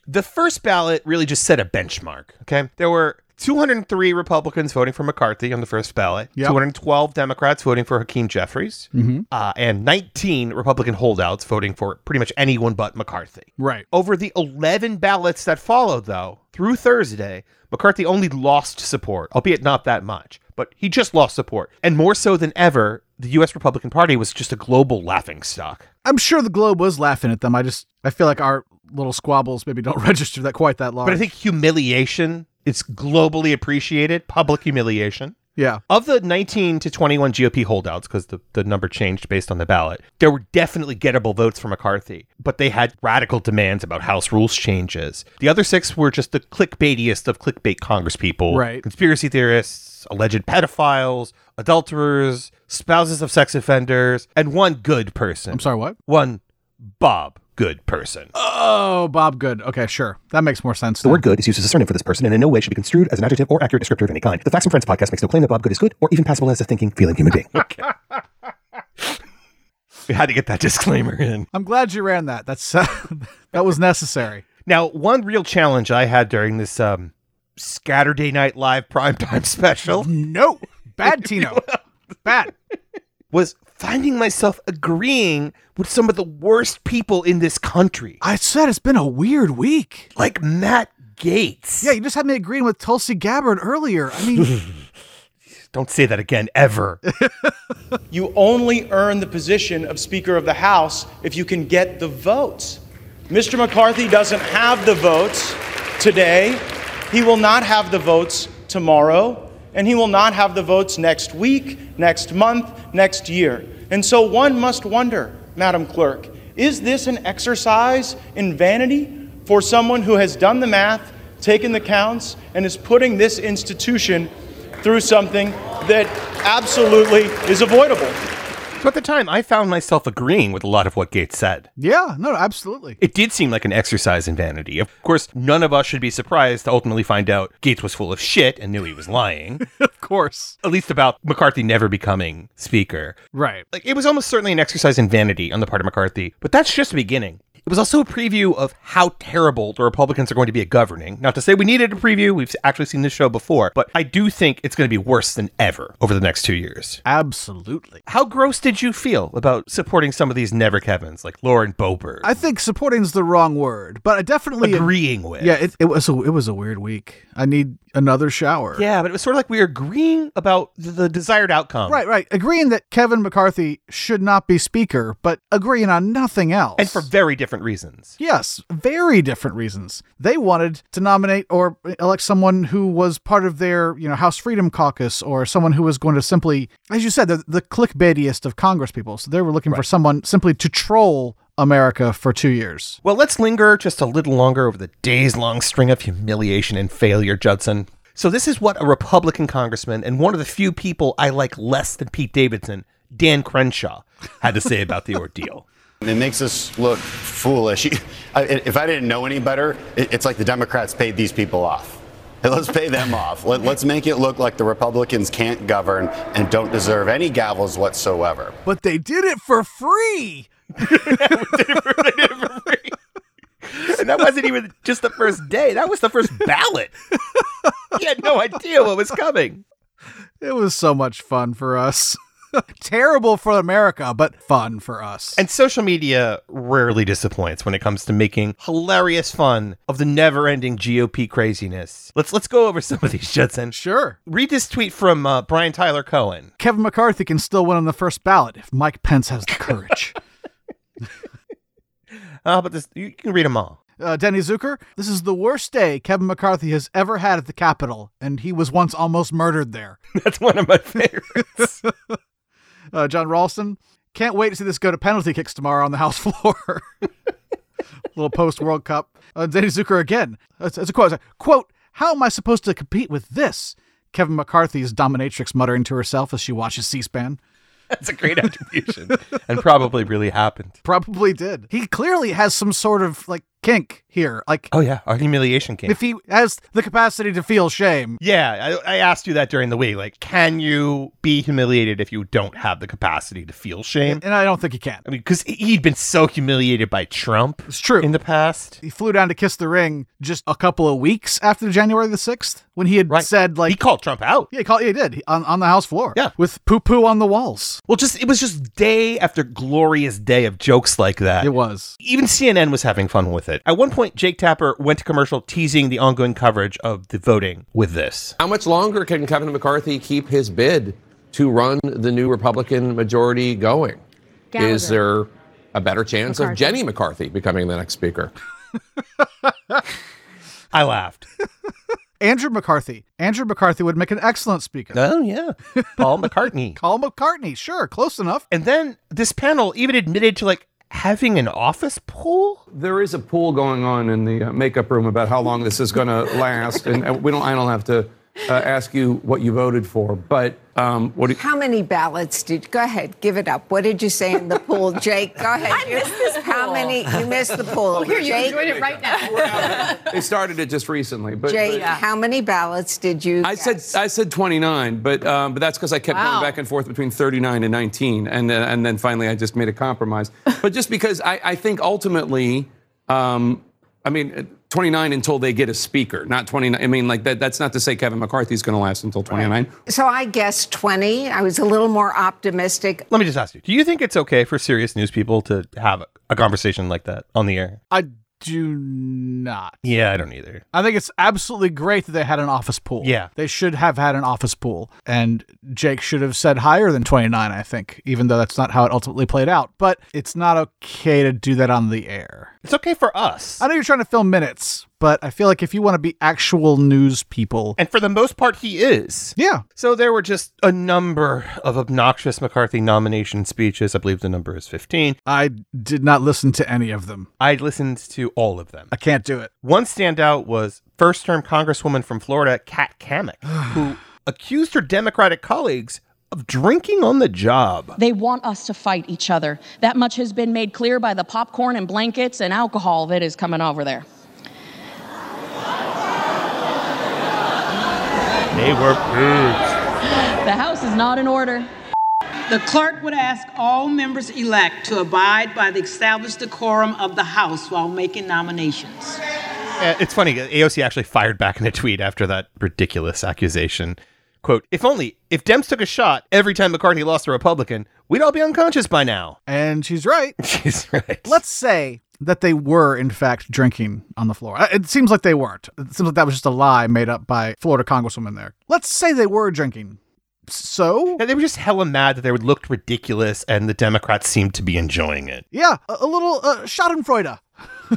[SPEAKER 8] the first ballot really just set a benchmark. Okay. There were 203 Republicans voting for McCarthy on the first ballot,
[SPEAKER 9] Yep.
[SPEAKER 8] 212 Democrats voting for Hakeem Jeffries,
[SPEAKER 9] Mhm.
[SPEAKER 8] uh, and 19 Republican holdouts voting for pretty much anyone but McCarthy.
[SPEAKER 9] Right.
[SPEAKER 8] Over the 11 ballots that followed, though, through Thursday, McCarthy only lost support, albeit not that much, but he just lost support. And more so than ever, the U.S. Republican Party was just a global laughingstock.
[SPEAKER 9] I'm sure the globe was laughing at them. I just I feel like our little squabbles maybe don't register that quite that large.
[SPEAKER 8] But I think humiliation, it's globally appreciated, public humiliation.
[SPEAKER 9] yeah.
[SPEAKER 8] Of the 19 to 21 GOP holdouts, because the, the number changed based on the ballot, there were definitely gettable votes for McCarthy, but they had radical demands about House rules changes. The other six were just the clickbaitiest of clickbait congresspeople.
[SPEAKER 9] Right.
[SPEAKER 8] Conspiracy theorists, alleged pedophiles, adulterers, spouses of sex offenders, and one good person. I'm
[SPEAKER 9] sorry, what?
[SPEAKER 8] One Bob good person.
[SPEAKER 9] Oh, Bob Good. Okay, sure. That makes more sense.
[SPEAKER 20] The
[SPEAKER 9] then.
[SPEAKER 20] word good is used as a surname for this person and in no way should be construed as an adjective or accurate descriptor of any kind. The Facts and Friends podcast makes no claim that Bob Good is good or even passable as a thinking, feeling human being.
[SPEAKER 8] We had to get that disclaimer in.
[SPEAKER 9] I'm glad you ran that. That's uh, that was necessary.
[SPEAKER 8] Now, one real challenge I had during this um, Saturday Night Live primetime special
[SPEAKER 9] No. Bad Tino. Bad.
[SPEAKER 8] was finding myself agreeing with some of the worst people in this country,
[SPEAKER 9] I said it's been a weird week.
[SPEAKER 8] like Matt Gates.
[SPEAKER 9] Yeah, you just had me agreeing with Tulsi Gabbard earlier. I mean,
[SPEAKER 8] Don't say that again, ever.
[SPEAKER 5] You only earn the position of Speaker of the House if you can get the votes. Mr. McCarthy doesn't have the votes today. He will not have the votes tomorrow. And he will not have the votes next week, next month, next year. And so one must wonder, Madam Clerk, is this an exercise in vanity for someone who has done the math, taken the counts, and is putting this institution through something that absolutely is avoidable?
[SPEAKER 8] but at the time, I found myself agreeing with a lot of what Gates said.
[SPEAKER 9] yeah, no, absolutely.
[SPEAKER 8] It did seem like an exercise in vanity. Of course, none of us should be surprised to ultimately find out Gates was full of shit and knew he was lying,
[SPEAKER 9] Of course.
[SPEAKER 8] at least about McCarthy never becoming Speaker.
[SPEAKER 9] Right.
[SPEAKER 8] Like it was almost certainly an exercise in vanity on the part of McCarthy, but that's just the beginning. It was also a preview of how terrible the Republicans are going to be at governing. Not to say we needed a preview, we've actually seen this show before, but I do think it's going to be worse than ever over the next two years.
[SPEAKER 9] Absolutely.
[SPEAKER 8] How gross did you feel about supporting some of these Never Kevins, like Lauren Boebert?
[SPEAKER 9] I think supporting's the wrong word, but I definitely
[SPEAKER 8] Agreeing with.
[SPEAKER 9] Yeah, it, it was a it was a weird week. I need another shower.
[SPEAKER 8] Yeah, but it was sort of like we were agreeing about th- the desired outcome.
[SPEAKER 9] Right, right. Agreeing that Kevin McCarthy should not be speaker, but agreeing on nothing else.
[SPEAKER 8] And for very different reasons.
[SPEAKER 9] Yes, very different reasons. They wanted to nominate or elect someone who was part of their, you know, House Freedom Caucus or someone who was going to simply, as you said, the, the clickbaitiest of Congress people. So they were looking for someone simply to troll America for two years.
[SPEAKER 8] Well, let's linger just a little longer over the days long string of humiliation and failure, Judson. So, this is what a Republican congressman and one of the few people I like less than Pete Davidson, Dan Crenshaw, had to say about the ordeal.
[SPEAKER 7] It makes us look foolish. I- If I didn't know any better, it- it's like the Democrats paid these people off. Hey, Let's pay them off. Let, let's make it look like the Republicans can't govern and don't deserve any gavels whatsoever.
[SPEAKER 9] But they did it for free.
[SPEAKER 8] And that wasn't even just the first day, that was the first ballot. he had no idea what was coming.
[SPEAKER 9] It was so much fun for us. Terrible for America, but fun for us.
[SPEAKER 8] And social media rarely disappoints when it comes to making hilarious fun of the never-ending GOP craziness. Let's let's go over some of these, Judson.
[SPEAKER 9] Sure.
[SPEAKER 8] Read this tweet from uh, Brian Tyler Cohen.
[SPEAKER 9] Kevin McCarthy can still win on the first ballot if Mike Pence has the courage.
[SPEAKER 8] Uh, but this you can read them all.
[SPEAKER 9] Uh, Denny Zucker, this is the worst day Kevin McCarthy has ever had at the Capitol, and he was once almost murdered there.
[SPEAKER 8] That's one of my favorites.
[SPEAKER 9] uh, John Ralston, can't wait to see this go to penalty kicks tomorrow on the House floor. Little post World Cup. Uh, Denny Zucker again. It's, it's a quote. It's like, quote, How am I supposed to compete with this? Kevin McCarthy's dominatrix muttering to herself as she watches C SPAN.
[SPEAKER 8] That's a great attribution. and probably really happened.
[SPEAKER 9] Probably did. He clearly has some sort of like kink here. Like,
[SPEAKER 8] Oh yeah, our humiliation came.
[SPEAKER 9] if he has the capacity to feel shame,
[SPEAKER 8] yeah, I, I asked you that during the week. Like, can you be humiliated if you don't have the capacity to feel shame?
[SPEAKER 9] and I don't think he can.
[SPEAKER 8] I mean, because he'd been so humiliated by Trump.
[SPEAKER 9] It's true.
[SPEAKER 8] In the past,
[SPEAKER 9] He flew down to kiss the ring just a couple of weeks after January the 6th when he had said, like,
[SPEAKER 8] he called Trump out.
[SPEAKER 9] Yeah, he, called, yeah, he did he- on, on the House floor.
[SPEAKER 8] Yeah.
[SPEAKER 9] With poo poo on the walls.
[SPEAKER 8] Well, just it was just day after glorious day of jokes like that.
[SPEAKER 9] It was.
[SPEAKER 8] Even CNN was having fun with it. At one point, Jake Tapper went to commercial teasing the ongoing coverage of the voting with this.
[SPEAKER 21] How much longer can Kevin McCarthy keep his bid to run the new Republican majority going? Is there a better chance of Jenny McCarthy becoming the next speaker?
[SPEAKER 8] I laughed.
[SPEAKER 9] Andrew McCarthy. Andrew McCarthy would make an excellent speaker.
[SPEAKER 8] Oh, yeah. Paul McCartney.
[SPEAKER 9] Paul McCartney, sure, close enough.
[SPEAKER 8] And then this panel even admitted to like having an office pool.
[SPEAKER 22] There is a pool going on in the uh, makeup room about how long this is going to last, and uh, we don't. I don't have to uh, ask you what you voted for, but um, what do you,
[SPEAKER 23] How many ballots did? Go ahead, give it up. What did you say in the pool, Jake? Go ahead. I missed this pool. How many? You missed the pool.
[SPEAKER 4] Oh,
[SPEAKER 22] here, you can
[SPEAKER 23] Jake,
[SPEAKER 22] join it
[SPEAKER 23] right now.
[SPEAKER 22] they started it just recently? But,
[SPEAKER 23] Jake,
[SPEAKER 22] but-
[SPEAKER 23] how many ballots did you?
[SPEAKER 22] I said I said 29, but um, but that's because I kept
[SPEAKER 23] Wow.
[SPEAKER 22] going back and forth between 39 and 19, and then and then finally I just made a compromise. but just because I, I think ultimately, um, I mean. 29 until they get a speaker, not 29. I mean, like that. That's not to say Kevin McCarthy's going to last until 29.
[SPEAKER 23] So I guessed 20. I was a little more optimistic.
[SPEAKER 8] Let me just ask you do you think it's okay for serious news people to have a conversation like that on the air?
[SPEAKER 9] I do not.
[SPEAKER 8] Yeah, I don't either.
[SPEAKER 9] I think it's absolutely great that they had an office pool.
[SPEAKER 8] Yeah.
[SPEAKER 9] They should have had an office pool. And Jake should have said higher than 29, I think, even though that's not how it ultimately played out. But it's not okay to do that on the air.
[SPEAKER 8] It's okay for us.
[SPEAKER 9] I know you're trying to fill minutes, but I feel like if you want to be actual news people,
[SPEAKER 8] And for the most part, he is.
[SPEAKER 9] Yeah.
[SPEAKER 8] So there were just a number of obnoxious McCarthy nomination speeches. I believe the number is 15.
[SPEAKER 9] I did not listen to any of them.
[SPEAKER 8] I listened to all of them.
[SPEAKER 9] I can't do it.
[SPEAKER 8] One standout was first term Congresswoman from Florida, Kat Kamick, who accused her Democratic colleagues of drinking on the job.
[SPEAKER 24] They want us to fight each other. That much has been made clear by the popcorn and blankets and alcohol that is coming over there.
[SPEAKER 8] They were
[SPEAKER 24] The House is not in order.
[SPEAKER 1] The clerk would ask all members-elect to abide by the established decorum of the House while making nominations.
[SPEAKER 8] Uh, It's funny. AOC actually fired back in a tweet after that ridiculous accusation. "Quote: If only if Dems took a shot every time McCarthy lost a Republican, we'd all be unconscious by now."
[SPEAKER 9] And she's right.
[SPEAKER 8] she's right.
[SPEAKER 9] Let's say that they were, in fact, drinking on the floor. Uh, It seems like they weren't. It seems like that was just a lie made up by Florida Congresswoman there. Let's say they were drinking. So?
[SPEAKER 8] they were just hella mad that they looked ridiculous, and the Democrats seemed to be enjoying it.
[SPEAKER 9] Yeah, a, a little uh, Schadenfreude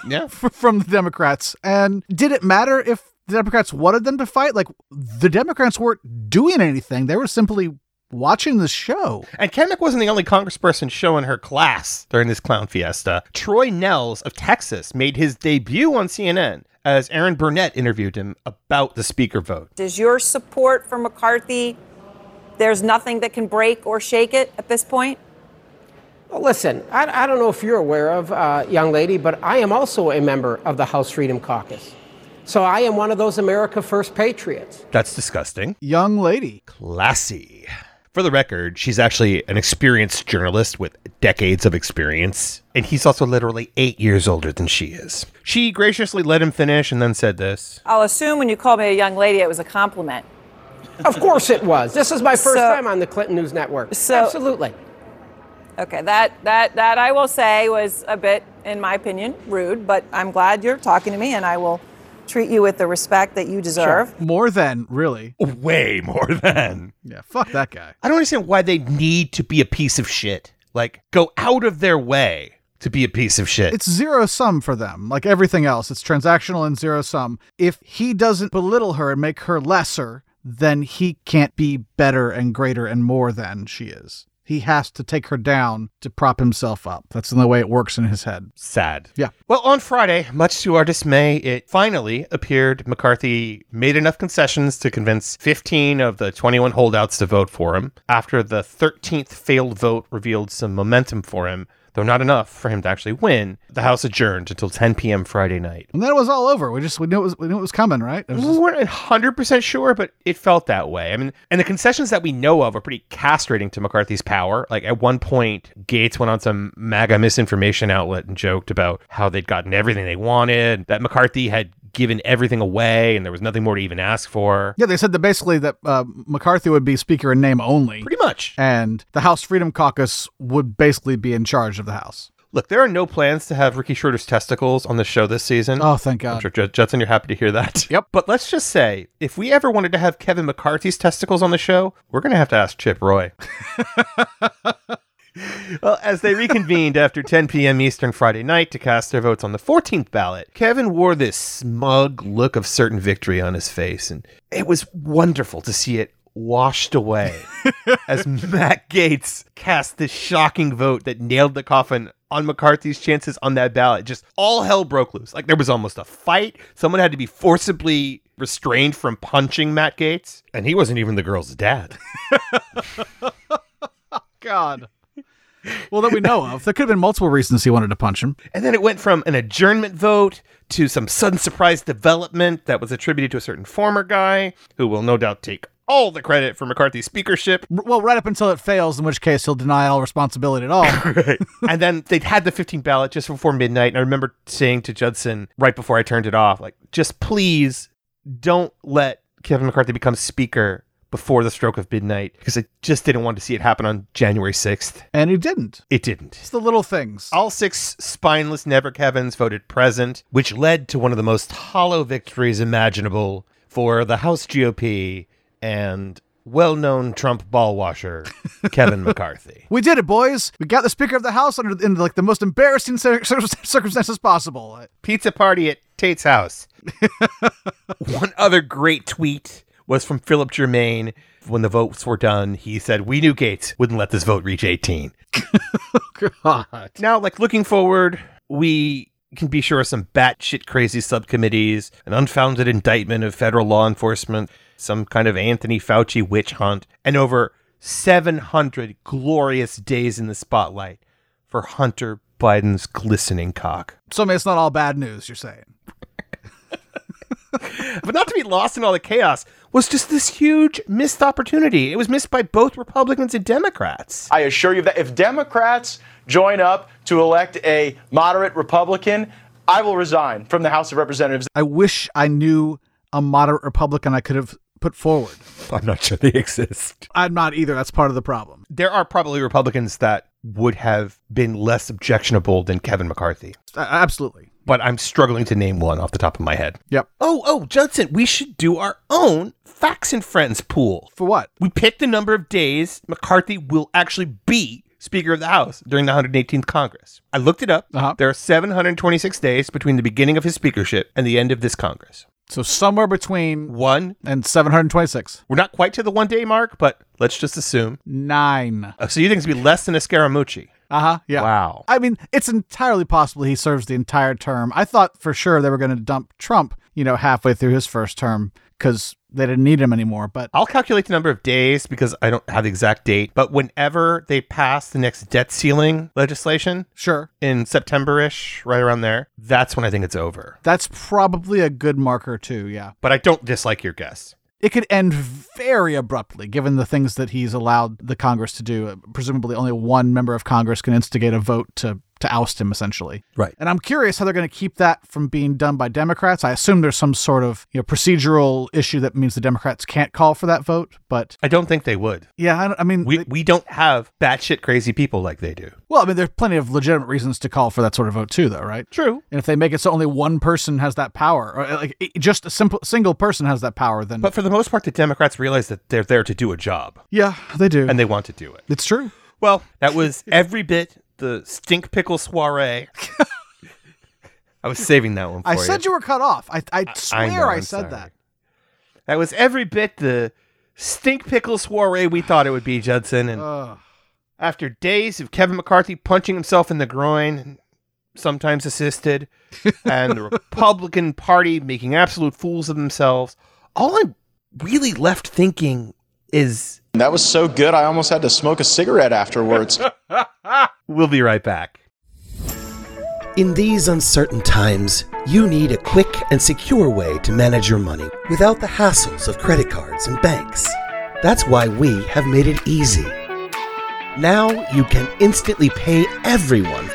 [SPEAKER 8] yeah.
[SPEAKER 9] from the Democrats. And did it matter if the Democrats wanted them to fight? Like, the Democrats weren't doing anything, they were simply watching the show.
[SPEAKER 8] And Kamek wasn't the only congressperson showing her class during this clown fiesta. Troy Nels of Texas made his debut on CNN as Aaron Burnett interviewed him about the speaker vote.
[SPEAKER 3] Does your support for McCarthy, there's nothing that can break or shake it at this point?
[SPEAKER 4] Well, listen, I, I don't know if you're aware of, uh, young lady, but I am also a member of the House Freedom Caucus. So I am one of those America First patriots.
[SPEAKER 8] That's disgusting.
[SPEAKER 9] Young lady.
[SPEAKER 8] Classy. For the record, she's actually an experienced journalist with decades of experience, and he's also literally eight years older than she is. She graciously let him finish and then said this.
[SPEAKER 3] I'll assume when you called me a young lady, it was a compliment.
[SPEAKER 4] Of course it was. This is my first
[SPEAKER 3] So-
[SPEAKER 4] time on the Clinton News Network.
[SPEAKER 3] So-
[SPEAKER 4] Absolutely.
[SPEAKER 3] Okay, that, that, that I will say was a bit, in my opinion, rude, but I'm glad you're talking to me and I will treat you with the respect that you deserve.
[SPEAKER 9] More than, really.
[SPEAKER 8] Way more than.
[SPEAKER 9] Yeah, fuck that guy.
[SPEAKER 8] I don't understand why they need to be a piece of shit. Like, go out of their way to be a piece of shit.
[SPEAKER 9] It's zero sum for them. Like everything else, it's transactional and zero sum. If he doesn't belittle her and make her lesser, then he can't be better and greater and more than she is. He has to take her down to prop himself up. That's the only way it works in his head.
[SPEAKER 8] Sad.
[SPEAKER 9] Yeah.
[SPEAKER 8] Well, on Friday, much to our dismay, it finally appeared McCarthy made enough concessions to convince 15 of the 21 holdouts to vote for him. After the 13th failed vote revealed some momentum for him, though not enough for him to actually win, the House adjourned until 10 p.m. Friday night.
[SPEAKER 9] And then it was all over. We just we knew it was we knew it was coming, right? It was
[SPEAKER 8] We weren't 100% sure, but it felt that way. I mean, and the concessions that we know of are pretty castrating to McCarthy's power. Like, at one point, Gates went on some MAGA misinformation outlet and joked about how they'd gotten everything they wanted, that McCarthy had given everything away, and there was nothing more to even ask for.
[SPEAKER 9] Yeah, they said that basically that uh, McCarthy would be speaker in name only.
[SPEAKER 8] Pretty much.
[SPEAKER 9] And the House Freedom Caucus would basically be in charge of the House.
[SPEAKER 8] Look, there are no plans to have Ricky Schroeder's testicles on the show this season.
[SPEAKER 9] Oh, thank God.
[SPEAKER 8] I'm sure, Jud- Judson, you're happy to hear that. Yep. But let's just say, if we ever wanted to have Kevin McCarthy's testicles on the show, we're going to have to ask Chip Roy. well, as they reconvened after 10 p.m. Eastern Friday night to cast their votes on the 14th ballot, Kevin wore this smug look of certain victory on his face, and it was wonderful to see it washed away as Matt Gates cast this shocking vote that nailed the coffin on McCarthy's chances on that ballot. Just all hell broke loose. Like there was almost a fight. Someone had to be forcibly restrained from punching Matt Gates, and he wasn't even the girl's dad.
[SPEAKER 9] God. Well, that we know of. There could have been multiple reasons he wanted to punch him.
[SPEAKER 8] And then it went from an adjournment vote to some sudden surprise development that was attributed to a certain former guy who will no doubt take all the credit for McCarthy's speakership.
[SPEAKER 9] R- Well, right up until it fails, in which case he'll deny all responsibility at all.
[SPEAKER 8] and then they had the 15 ballot just before midnight. And I remember saying to Judson right before I turned it off, like, just please don't let Kevin McCarthy become speaker before the stroke of midnight because I just didn't want to see it happen on January 6th.
[SPEAKER 9] And it didn't.
[SPEAKER 8] It didn't. It's
[SPEAKER 9] the little things.
[SPEAKER 8] All six spineless Never Kevins voted present, which led to one of the most hollow victories imaginable for the House GOP and well known Trump ball washer, Kevin McCarthy.
[SPEAKER 9] We did it, boys. We got the Speaker of the House under in like the most embarrassing cir- cir- circumstances possible.
[SPEAKER 8] Pizza party at Tate's house. One other great tweet was from Philip Germain. When the votes were done, he said, We knew Gates wouldn't let this vote reach 18.
[SPEAKER 9] God.
[SPEAKER 8] Now, like looking forward, we can be sure of some batshit crazy subcommittees, an unfounded indictment of federal law enforcement, some kind of Anthony Fauci witch hunt, and over 700 glorious days in the spotlight for Hunter Biden's glistening cock.
[SPEAKER 9] So, I mean, it's not all bad news, you're saying.
[SPEAKER 8] but not to be lost in all the chaos was just this huge missed opportunity. It was missed by both Republicans and Democrats.
[SPEAKER 5] I assure you that if Democrats join up to elect a moderate Republican, I will resign from the House of Representatives.
[SPEAKER 9] I wish I knew a moderate Republican I could have put forward.
[SPEAKER 8] I'm not sure they exist.
[SPEAKER 9] I'm not either. That's part of the problem.
[SPEAKER 8] There are probably Republicans that would have been less objectionable than Kevin McCarthy.
[SPEAKER 9] A- absolutely.
[SPEAKER 8] But I'm struggling to name one off the top of my head.
[SPEAKER 9] Yep.
[SPEAKER 8] Oh, oh, Judson, we should do our own Facts and Friends pool.
[SPEAKER 9] For what?
[SPEAKER 8] We pick the number of days McCarthy will actually be Speaker of the House during the 118th Congress. I looked it up.
[SPEAKER 9] Uh-huh.
[SPEAKER 8] There are 726 days between the beginning of his speakership and the end of this Congress.
[SPEAKER 9] So somewhere between
[SPEAKER 8] one
[SPEAKER 9] and 726.
[SPEAKER 8] We're not quite to the one day mark, but let's just assume.
[SPEAKER 9] Nine.
[SPEAKER 8] Oh, so you think it's going to be less than a Scaramucci?
[SPEAKER 9] Uh huh. Yeah.
[SPEAKER 8] Wow.
[SPEAKER 9] I mean, it's entirely possible he serves the entire term. I thought for sure they were going to dump Trump, you know, halfway through his first term because they didn't need him anymore. But
[SPEAKER 8] I'll calculate the number of days because I don't have the exact date. But whenever they pass the next debt ceiling legislation,
[SPEAKER 9] sure,
[SPEAKER 8] in September ish, right around there, that's when I think it's over.
[SPEAKER 9] that's probably a good marker, too. Yeah.
[SPEAKER 8] But I don't dislike your guess.
[SPEAKER 9] It could end very abruptly given the things that he's allowed the Congress to do. Presumably, only one member of Congress can instigate a vote to. To oust him, essentially.
[SPEAKER 8] Right.
[SPEAKER 9] And I'm curious how they're going to keep that from being done by Democrats. I assume there's some sort of you know, procedural issue that means the Democrats can't call for that vote. But
[SPEAKER 8] I don't think they would.
[SPEAKER 9] yeah, I, don't- I mean,
[SPEAKER 8] We, we don't have batshit crazy people like they do.
[SPEAKER 9] Well, I mean, there's plenty of legitimate reasons to call for that sort of vote too, though, right?
[SPEAKER 8] True.
[SPEAKER 9] And if they make it so only one person has that power, or uh, like it- just a simple single person has that power, then
[SPEAKER 8] But for the most part, the Democrats realize that they're there to do a job
[SPEAKER 9] yeah, they do.
[SPEAKER 8] and they want to do it.
[SPEAKER 9] it's true.
[SPEAKER 8] Well, that was every bit the stink pickle soiree. I was saving that one for
[SPEAKER 9] I said you were cut off. I, I swear I,
[SPEAKER 8] know, I'm
[SPEAKER 9] said
[SPEAKER 8] sorry.
[SPEAKER 9] that.
[SPEAKER 8] That was every bit the stink pickle soiree we thought it would be, Judson. And
[SPEAKER 9] Ugh.
[SPEAKER 8] after days of Kevin McCarthy punching himself in the groin, and sometimes assisted, and the Republican Party making absolute fools of themselves, all I'm really left thinking is
[SPEAKER 5] That was so good, I almost had to smoke a cigarette afterwards.
[SPEAKER 8] we'll be right back.
[SPEAKER 2] In these uncertain times, you need a quick and secure way to manage your money without the hassles of credit cards and banks. That's why we have made it easy. Now you can instantly pay everyone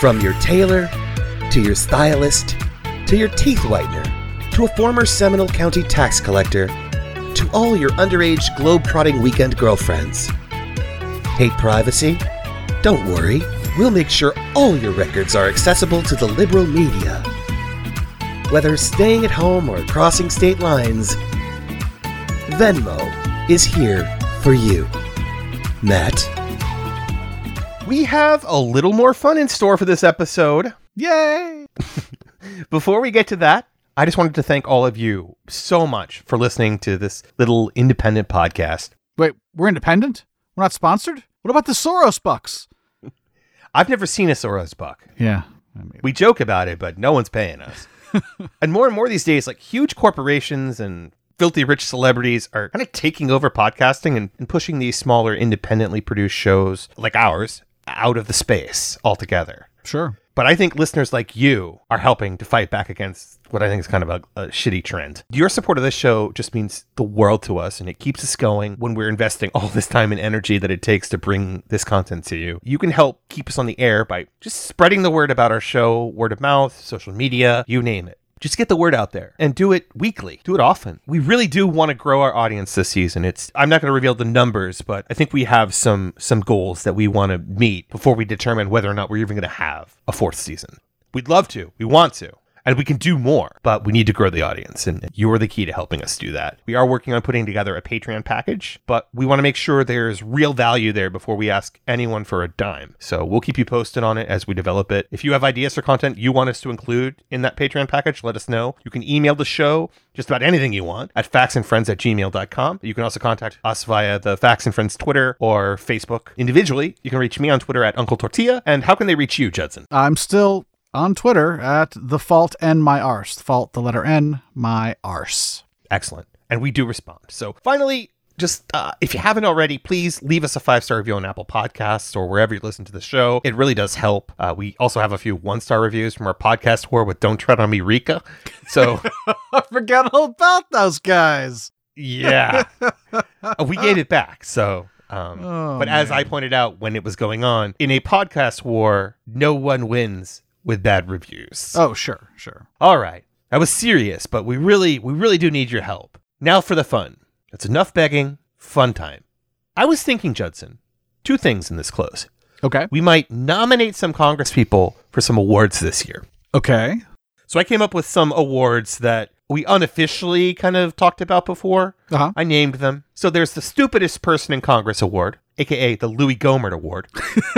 [SPEAKER 2] from your tailor, to your stylist, to your teeth whitener, to a former Seminole County tax collector, to all your underage globetrotting weekend girlfriends. Hate privacy? Don't worry, we'll make sure all your records are accessible to the liberal media. Whether staying at home or crossing state lines, Venmo is here for you. Matt?
[SPEAKER 8] We have a little more fun in store for this episode.
[SPEAKER 9] Yay!
[SPEAKER 8] Before we get to that, I just wanted to thank all of you so much for listening to this little independent podcast.
[SPEAKER 9] Wait, we're independent. We're not sponsored. What about the Soros bucks?
[SPEAKER 8] I've never seen a Soros buck.
[SPEAKER 9] Yeah.
[SPEAKER 8] We joke about it, but no one's paying us. and more and more these days, like huge corporations and filthy rich celebrities are kind of taking over podcasting and, and pushing these smaller, independently produced shows like ours out of the space altogether.
[SPEAKER 9] Sure.
[SPEAKER 8] But I think listeners like you are helping to fight back against what I think is kind of a, a shitty trend. Your support of this show just means the world to us and it keeps us going when we're investing all this time and energy that it takes to bring this content to you. You can help keep us on the air by just spreading the word about our show, word of mouth, social media, you name it. Just get the word out there and do it weekly. Do it often. We really do want to grow our audience this season. It's I'm not going to reveal the numbers, but I think we have some some goals that we want to meet before we determine whether or not we're even going to have a fourth season. We'd love to. We want to. And we can do more, but we need to grow the audience. And you're the key to helping us do that. We are working on putting together a Patreon package, but we want to make sure there's real value there before we ask anyone for a dime. So we'll keep you posted on it as we develop it. If you have ideas for content you want us to include in that Patreon package, let us know. You can email the show just about anything you want at factsandfriends at gmail.com. You can also contact us via the Facts and Friends Twitter or Facebook individually. You can reach me on Twitter at Uncle Tortilla. And how can they reach you, Judson?
[SPEAKER 9] I'm still on Twitter at the fault and my arse. Fault the letter N, my arse.
[SPEAKER 8] Excellent. And we do respond. So finally, Just uh, if you haven't already, please leave us a five star review on Apple Podcasts or wherever you listen to the show. It really does help. Uh, we also have a few one star reviews from our podcast tour with Don't Tread on Me Rika. So
[SPEAKER 9] I forgot all about those guys.
[SPEAKER 8] yeah, Uh, we gave it back. So, um,
[SPEAKER 9] Oh,
[SPEAKER 8] but as
[SPEAKER 9] man.
[SPEAKER 8] I pointed out when it was going on in a podcast war, no one wins with bad reviews.
[SPEAKER 9] Oh, sure, sure.
[SPEAKER 8] All right. I was serious, but we really, we really do need your help. Now for the fun. It's enough begging, fun time. I was thinking, Judson, two things in this close.
[SPEAKER 9] Okay.
[SPEAKER 8] We might nominate some congresspeople for some awards this year.
[SPEAKER 9] Okay.
[SPEAKER 8] So I came up with some awards that we unofficially kind of talked about before.
[SPEAKER 9] Uh-huh.
[SPEAKER 8] I named them. So there's the stupidest person in Congress award, aka the Louis Gohmert award.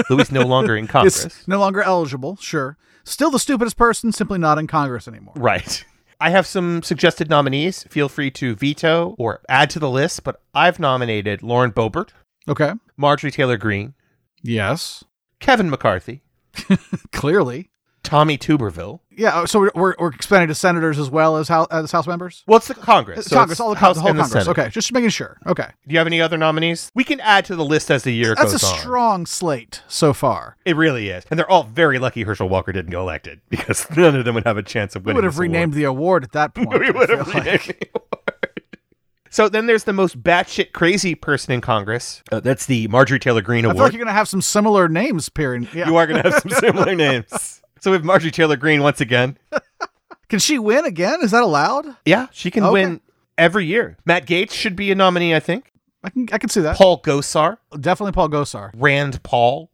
[SPEAKER 8] Louis no longer in Congress.
[SPEAKER 9] It's no longer eligible, sure. Still the stupidest person, simply not in Congress anymore.
[SPEAKER 8] Right. I have some suggested nominees. Feel free to veto or add to the list, but I've nominated Lauren Boebert.
[SPEAKER 9] Okay.
[SPEAKER 8] Marjorie Taylor Greene.
[SPEAKER 9] Yes.
[SPEAKER 8] Kevin McCarthy.
[SPEAKER 9] Clearly.
[SPEAKER 8] Tommy Tuberville.
[SPEAKER 9] Yeah, oh, so we're, we're, we're expanding to senators as well as house, as house members?
[SPEAKER 8] Well, it's the Congress.
[SPEAKER 9] Uh,
[SPEAKER 8] so
[SPEAKER 9] Congress,
[SPEAKER 8] it's
[SPEAKER 9] all the,
[SPEAKER 8] House
[SPEAKER 9] the whole
[SPEAKER 8] and the
[SPEAKER 9] Congress.
[SPEAKER 8] Senate.
[SPEAKER 9] okay, just making sure. Okay.
[SPEAKER 8] Do you have any other nominees? We can add to the list as the year
[SPEAKER 9] That's a
[SPEAKER 8] goes on.
[SPEAKER 9] strong slate so far.
[SPEAKER 8] It really is. And they're all very lucky Herschel Walker didn't go elected because none of them would have a chance of
[SPEAKER 9] We
[SPEAKER 8] winning.
[SPEAKER 9] would have
[SPEAKER 8] this award.
[SPEAKER 9] renamed the award at that point.
[SPEAKER 8] We would have renamed the So then there's the most batshit crazy person in Congress. Uh, that's the Marjorie Taylor Greene
[SPEAKER 9] I
[SPEAKER 8] Award.
[SPEAKER 9] feel like you're going to have some similar names appearing. Yeah.
[SPEAKER 8] You are going to have some similar names. So we have Marjorie Taylor Greene once again.
[SPEAKER 9] Can she win again? Is that allowed?
[SPEAKER 8] Yeah, she can
[SPEAKER 9] Okay.
[SPEAKER 8] win every year. Matt Gates should be a nominee, I think.
[SPEAKER 9] I can I can see that.
[SPEAKER 8] Paul Gosar,
[SPEAKER 9] Definitely Paul Gosar.
[SPEAKER 8] Rand Paul.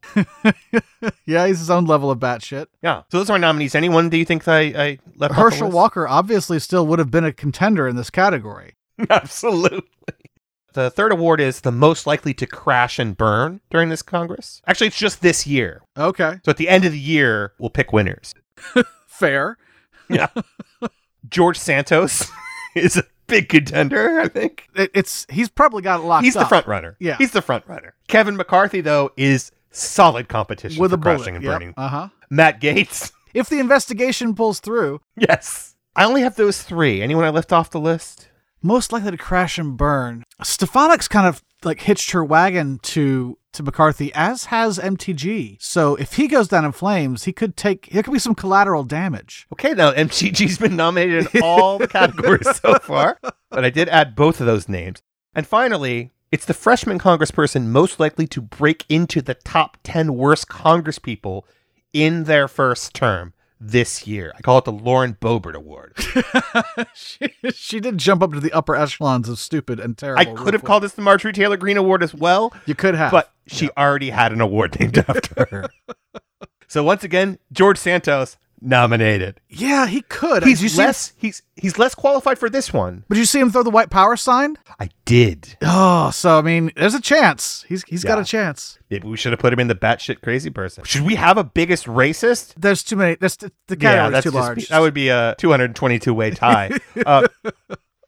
[SPEAKER 9] Yeah, he's his own level of batshit.
[SPEAKER 8] Yeah. So those are our nominees. Anyone do you think I, I left? off the
[SPEAKER 9] Herschel
[SPEAKER 8] list?
[SPEAKER 9] Walker obviously still would have been a contender in this category.
[SPEAKER 8] Absolutely. The third award is the most likely to crash and burn during this Congress. Actually, it's just this year.
[SPEAKER 9] Okay,
[SPEAKER 8] So at the end of the year, we'll pick winners.
[SPEAKER 9] fair.
[SPEAKER 8] Yeah. George Santos is a big contender, I think.
[SPEAKER 9] It, it's he's probably got it locked.
[SPEAKER 8] He's the
[SPEAKER 9] up.
[SPEAKER 8] front runner.
[SPEAKER 9] Yeah,
[SPEAKER 8] He's the front runner. Kevin McCarthy, though, is solid competition
[SPEAKER 9] with
[SPEAKER 8] for
[SPEAKER 9] a bullet.
[SPEAKER 8] crashing and burning.
[SPEAKER 9] Uh huh.
[SPEAKER 8] Matt Gates.
[SPEAKER 9] If the investigation pulls through,
[SPEAKER 8] Yes. I only have those three. Anyone I left off the list?
[SPEAKER 9] most likely to crash and burn. Stefanik's kind of like hitched her wagon to to McCarthy, as has MTG. So if he goes down in flames, he could take there could be some collateral damage.
[SPEAKER 8] Okay, now MCG's been nominated in all the categories so far, but I did add both of those names. And finally, it's the freshman congressperson most likely to break into the top 10 worst congresspeople in their first term this year. I call it the Lauren Boebert Award.
[SPEAKER 9] she, she did jump up to the upper echelons of stupid and terrible.
[SPEAKER 8] I could have
[SPEAKER 9] real
[SPEAKER 8] called this the Marjorie Taylor Greene Award as well,
[SPEAKER 9] quick. You could have.
[SPEAKER 8] but she already had an award named after her. so once again, George Santos nominated.
[SPEAKER 9] yeah, he could.
[SPEAKER 8] He's
[SPEAKER 9] You see-
[SPEAKER 8] less he's he's less qualified for this one.
[SPEAKER 9] But you see him throw the white power sign?
[SPEAKER 8] I did.
[SPEAKER 9] Oh, so I mean, there's a chance. He's he's got a chance.
[SPEAKER 8] Maybe we should have put him in the batshit crazy person. Should we have a biggest racist?
[SPEAKER 9] There's too many. That's the, the category's too
[SPEAKER 8] just-
[SPEAKER 9] large.
[SPEAKER 8] that would be a 222 way tie. uh,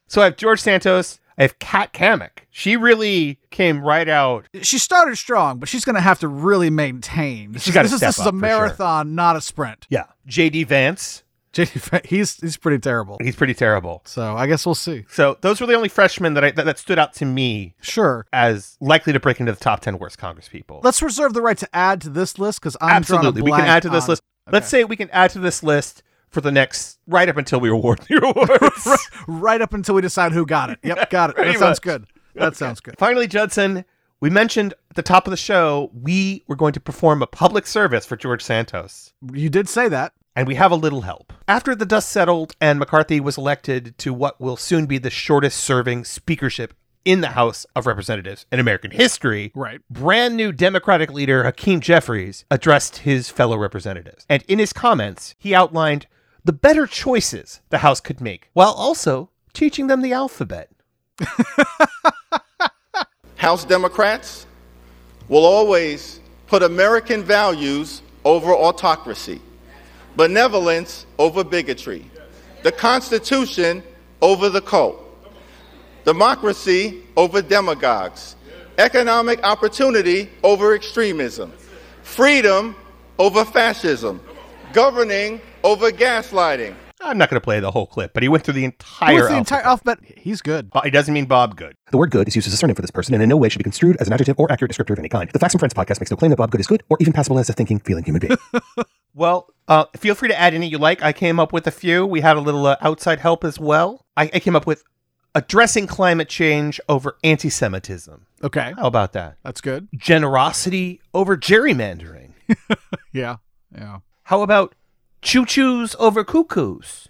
[SPEAKER 8] so I have George Santos. I have Kat Kamek. She really came right out.
[SPEAKER 9] she started strong, but she's going to have to really maintain. This
[SPEAKER 8] She's
[SPEAKER 9] is
[SPEAKER 8] gotta
[SPEAKER 9] this, is,
[SPEAKER 8] step
[SPEAKER 9] this
[SPEAKER 8] up
[SPEAKER 9] is
[SPEAKER 8] for
[SPEAKER 9] a
[SPEAKER 8] sure.
[SPEAKER 9] marathon, not a sprint.
[SPEAKER 8] Yeah. JD Vance.
[SPEAKER 9] JD, Fa- he's he's pretty terrible.
[SPEAKER 8] He's pretty terrible.
[SPEAKER 9] So I guess we'll see.
[SPEAKER 8] So those were the only freshmen that I that, that stood out to me
[SPEAKER 9] Sure.
[SPEAKER 8] as likely to break into the top 10 worst Congress people.
[SPEAKER 9] Let's reserve the right to add to this list because I'm drawing a
[SPEAKER 8] Absolutely. We can
[SPEAKER 9] blank
[SPEAKER 8] add to this
[SPEAKER 9] on-
[SPEAKER 8] list. Let's say we can add to this list for the next right up until we award the awards.
[SPEAKER 9] right up until we decide who got it. Yep, got it.
[SPEAKER 8] Pretty
[SPEAKER 9] that sounds
[SPEAKER 8] much.
[SPEAKER 9] good. That sounds good.
[SPEAKER 8] Finally, Judson, we mentioned at the top of the show we were going to perform a public service for George Santos,
[SPEAKER 9] You did say that.
[SPEAKER 8] and we have a little help. After the dust settled and McCarthy was elected to what will soon be the shortest serving speakership in the House of Representatives in American history,
[SPEAKER 9] Right.
[SPEAKER 8] brand new Democratic leader Hakeem Jeffries addressed his fellow representatives. And in his comments, he outlined the better choices the House could make while also teaching them the alphabet.
[SPEAKER 6] House Democrats will always put American values over autocracy, benevolence over bigotry, the Constitution over the cult, democracy over demagogues, economic opportunity over extremism, freedom over fascism, governing over gaslighting,
[SPEAKER 8] I'm not going to play the whole clip, but he went through the entire
[SPEAKER 9] the
[SPEAKER 8] alphabet.
[SPEAKER 9] entire alphabet? He's good.
[SPEAKER 8] Bo- It doesn't mean Bob Good.
[SPEAKER 20] The word good is used as a surname for this person and in no way should be construed as an adjective or accurate descriptor of any kind. The Facts and Friends podcast makes no claim that Bob Good is good or even passable as a thinking, feeling human being.
[SPEAKER 8] Well, uh, feel free to add any you like. I came up with a few. We had a little uh, outside help as well. I, I came up with addressing climate change over anti Semitism.
[SPEAKER 9] Okay.
[SPEAKER 8] How about that?
[SPEAKER 9] That's good.
[SPEAKER 8] Generosity over gerrymandering.
[SPEAKER 9] Yeah. Yeah.
[SPEAKER 8] How about choo choos over cuckoos?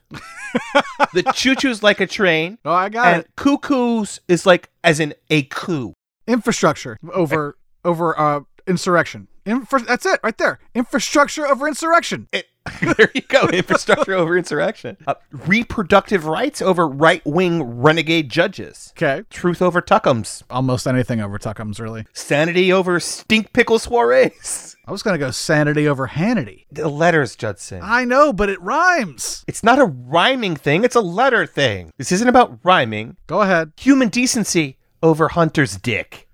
[SPEAKER 8] the choo choo's like a train.
[SPEAKER 9] Oh, I got
[SPEAKER 8] and
[SPEAKER 9] it.
[SPEAKER 8] Cuckoos is like, as in a coup.
[SPEAKER 9] Infrastructure over over uh insurrection. Infra- that's it right there. Infrastructure over insurrection.
[SPEAKER 8] there you go. Infrastructure over insurrection. Uh, reproductive rights over right wing renegade judges.
[SPEAKER 9] Okay.
[SPEAKER 8] Truth over tuckums.
[SPEAKER 9] Almost anything over Tuckums, really.
[SPEAKER 8] Sanity over stink pickle soirees.
[SPEAKER 9] I was gonna go sanity over Hannity.
[SPEAKER 8] The letters, Judson.
[SPEAKER 9] I know, but it rhymes.
[SPEAKER 8] It's not a rhyming thing, it's a letter thing. This isn't about rhyming.
[SPEAKER 9] Go ahead.
[SPEAKER 8] Human decency over Hunter's dick.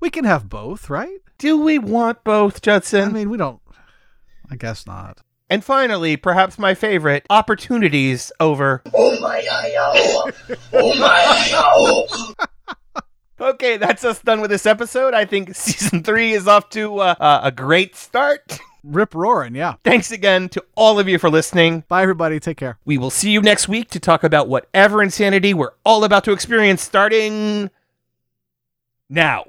[SPEAKER 9] We can have both, right?
[SPEAKER 8] Do we want both, Judson?
[SPEAKER 9] I mean, we don't. I guess not.
[SPEAKER 8] and finally, perhaps my favorite, opportunities over.
[SPEAKER 15] Oh my, oh, oh my, oh.
[SPEAKER 8] Okay, that's us done with this episode. I think season three is off to uh, uh, a great start.
[SPEAKER 9] Rip roaring, yeah.
[SPEAKER 8] Thanks again to all of you for listening.
[SPEAKER 9] Bye, everybody. Take care.
[SPEAKER 8] We will see you next week to talk about whatever insanity we're all about to experience starting now.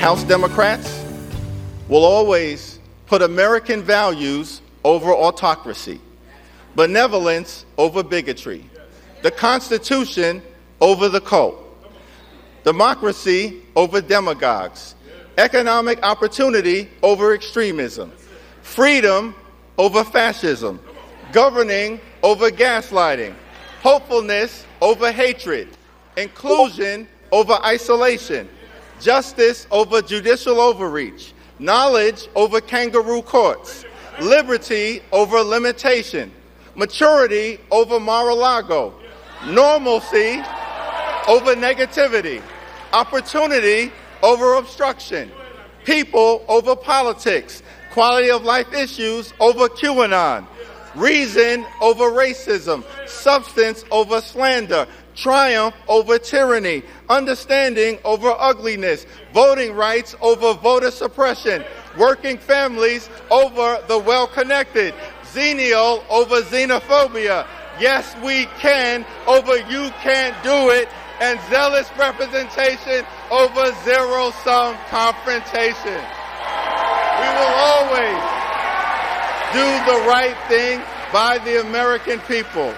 [SPEAKER 6] House Democrats will always put American values over autocracy, benevolence over bigotry, the Constitution over the cult, democracy over demagogues, economic opportunity over extremism, freedom over fascism, governing over gaslighting, hopefulness over hatred, inclusion over isolation, justice over judicial overreach, knowledge over kangaroo courts, liberty over limitation, maturity over Mar-a-Lago, normalcy over negativity, opportunity over obstruction, people over politics, quality of life issues over QAnon, reason over racism, substance over slander, triumph over tyranny, understanding over ugliness, voting rights over voter suppression, working families over the well connected, xenial over xenophobia. Yes, we can over you can't do it, and zealous representation over zero sum confrontation. We will always do the right thing by the American people.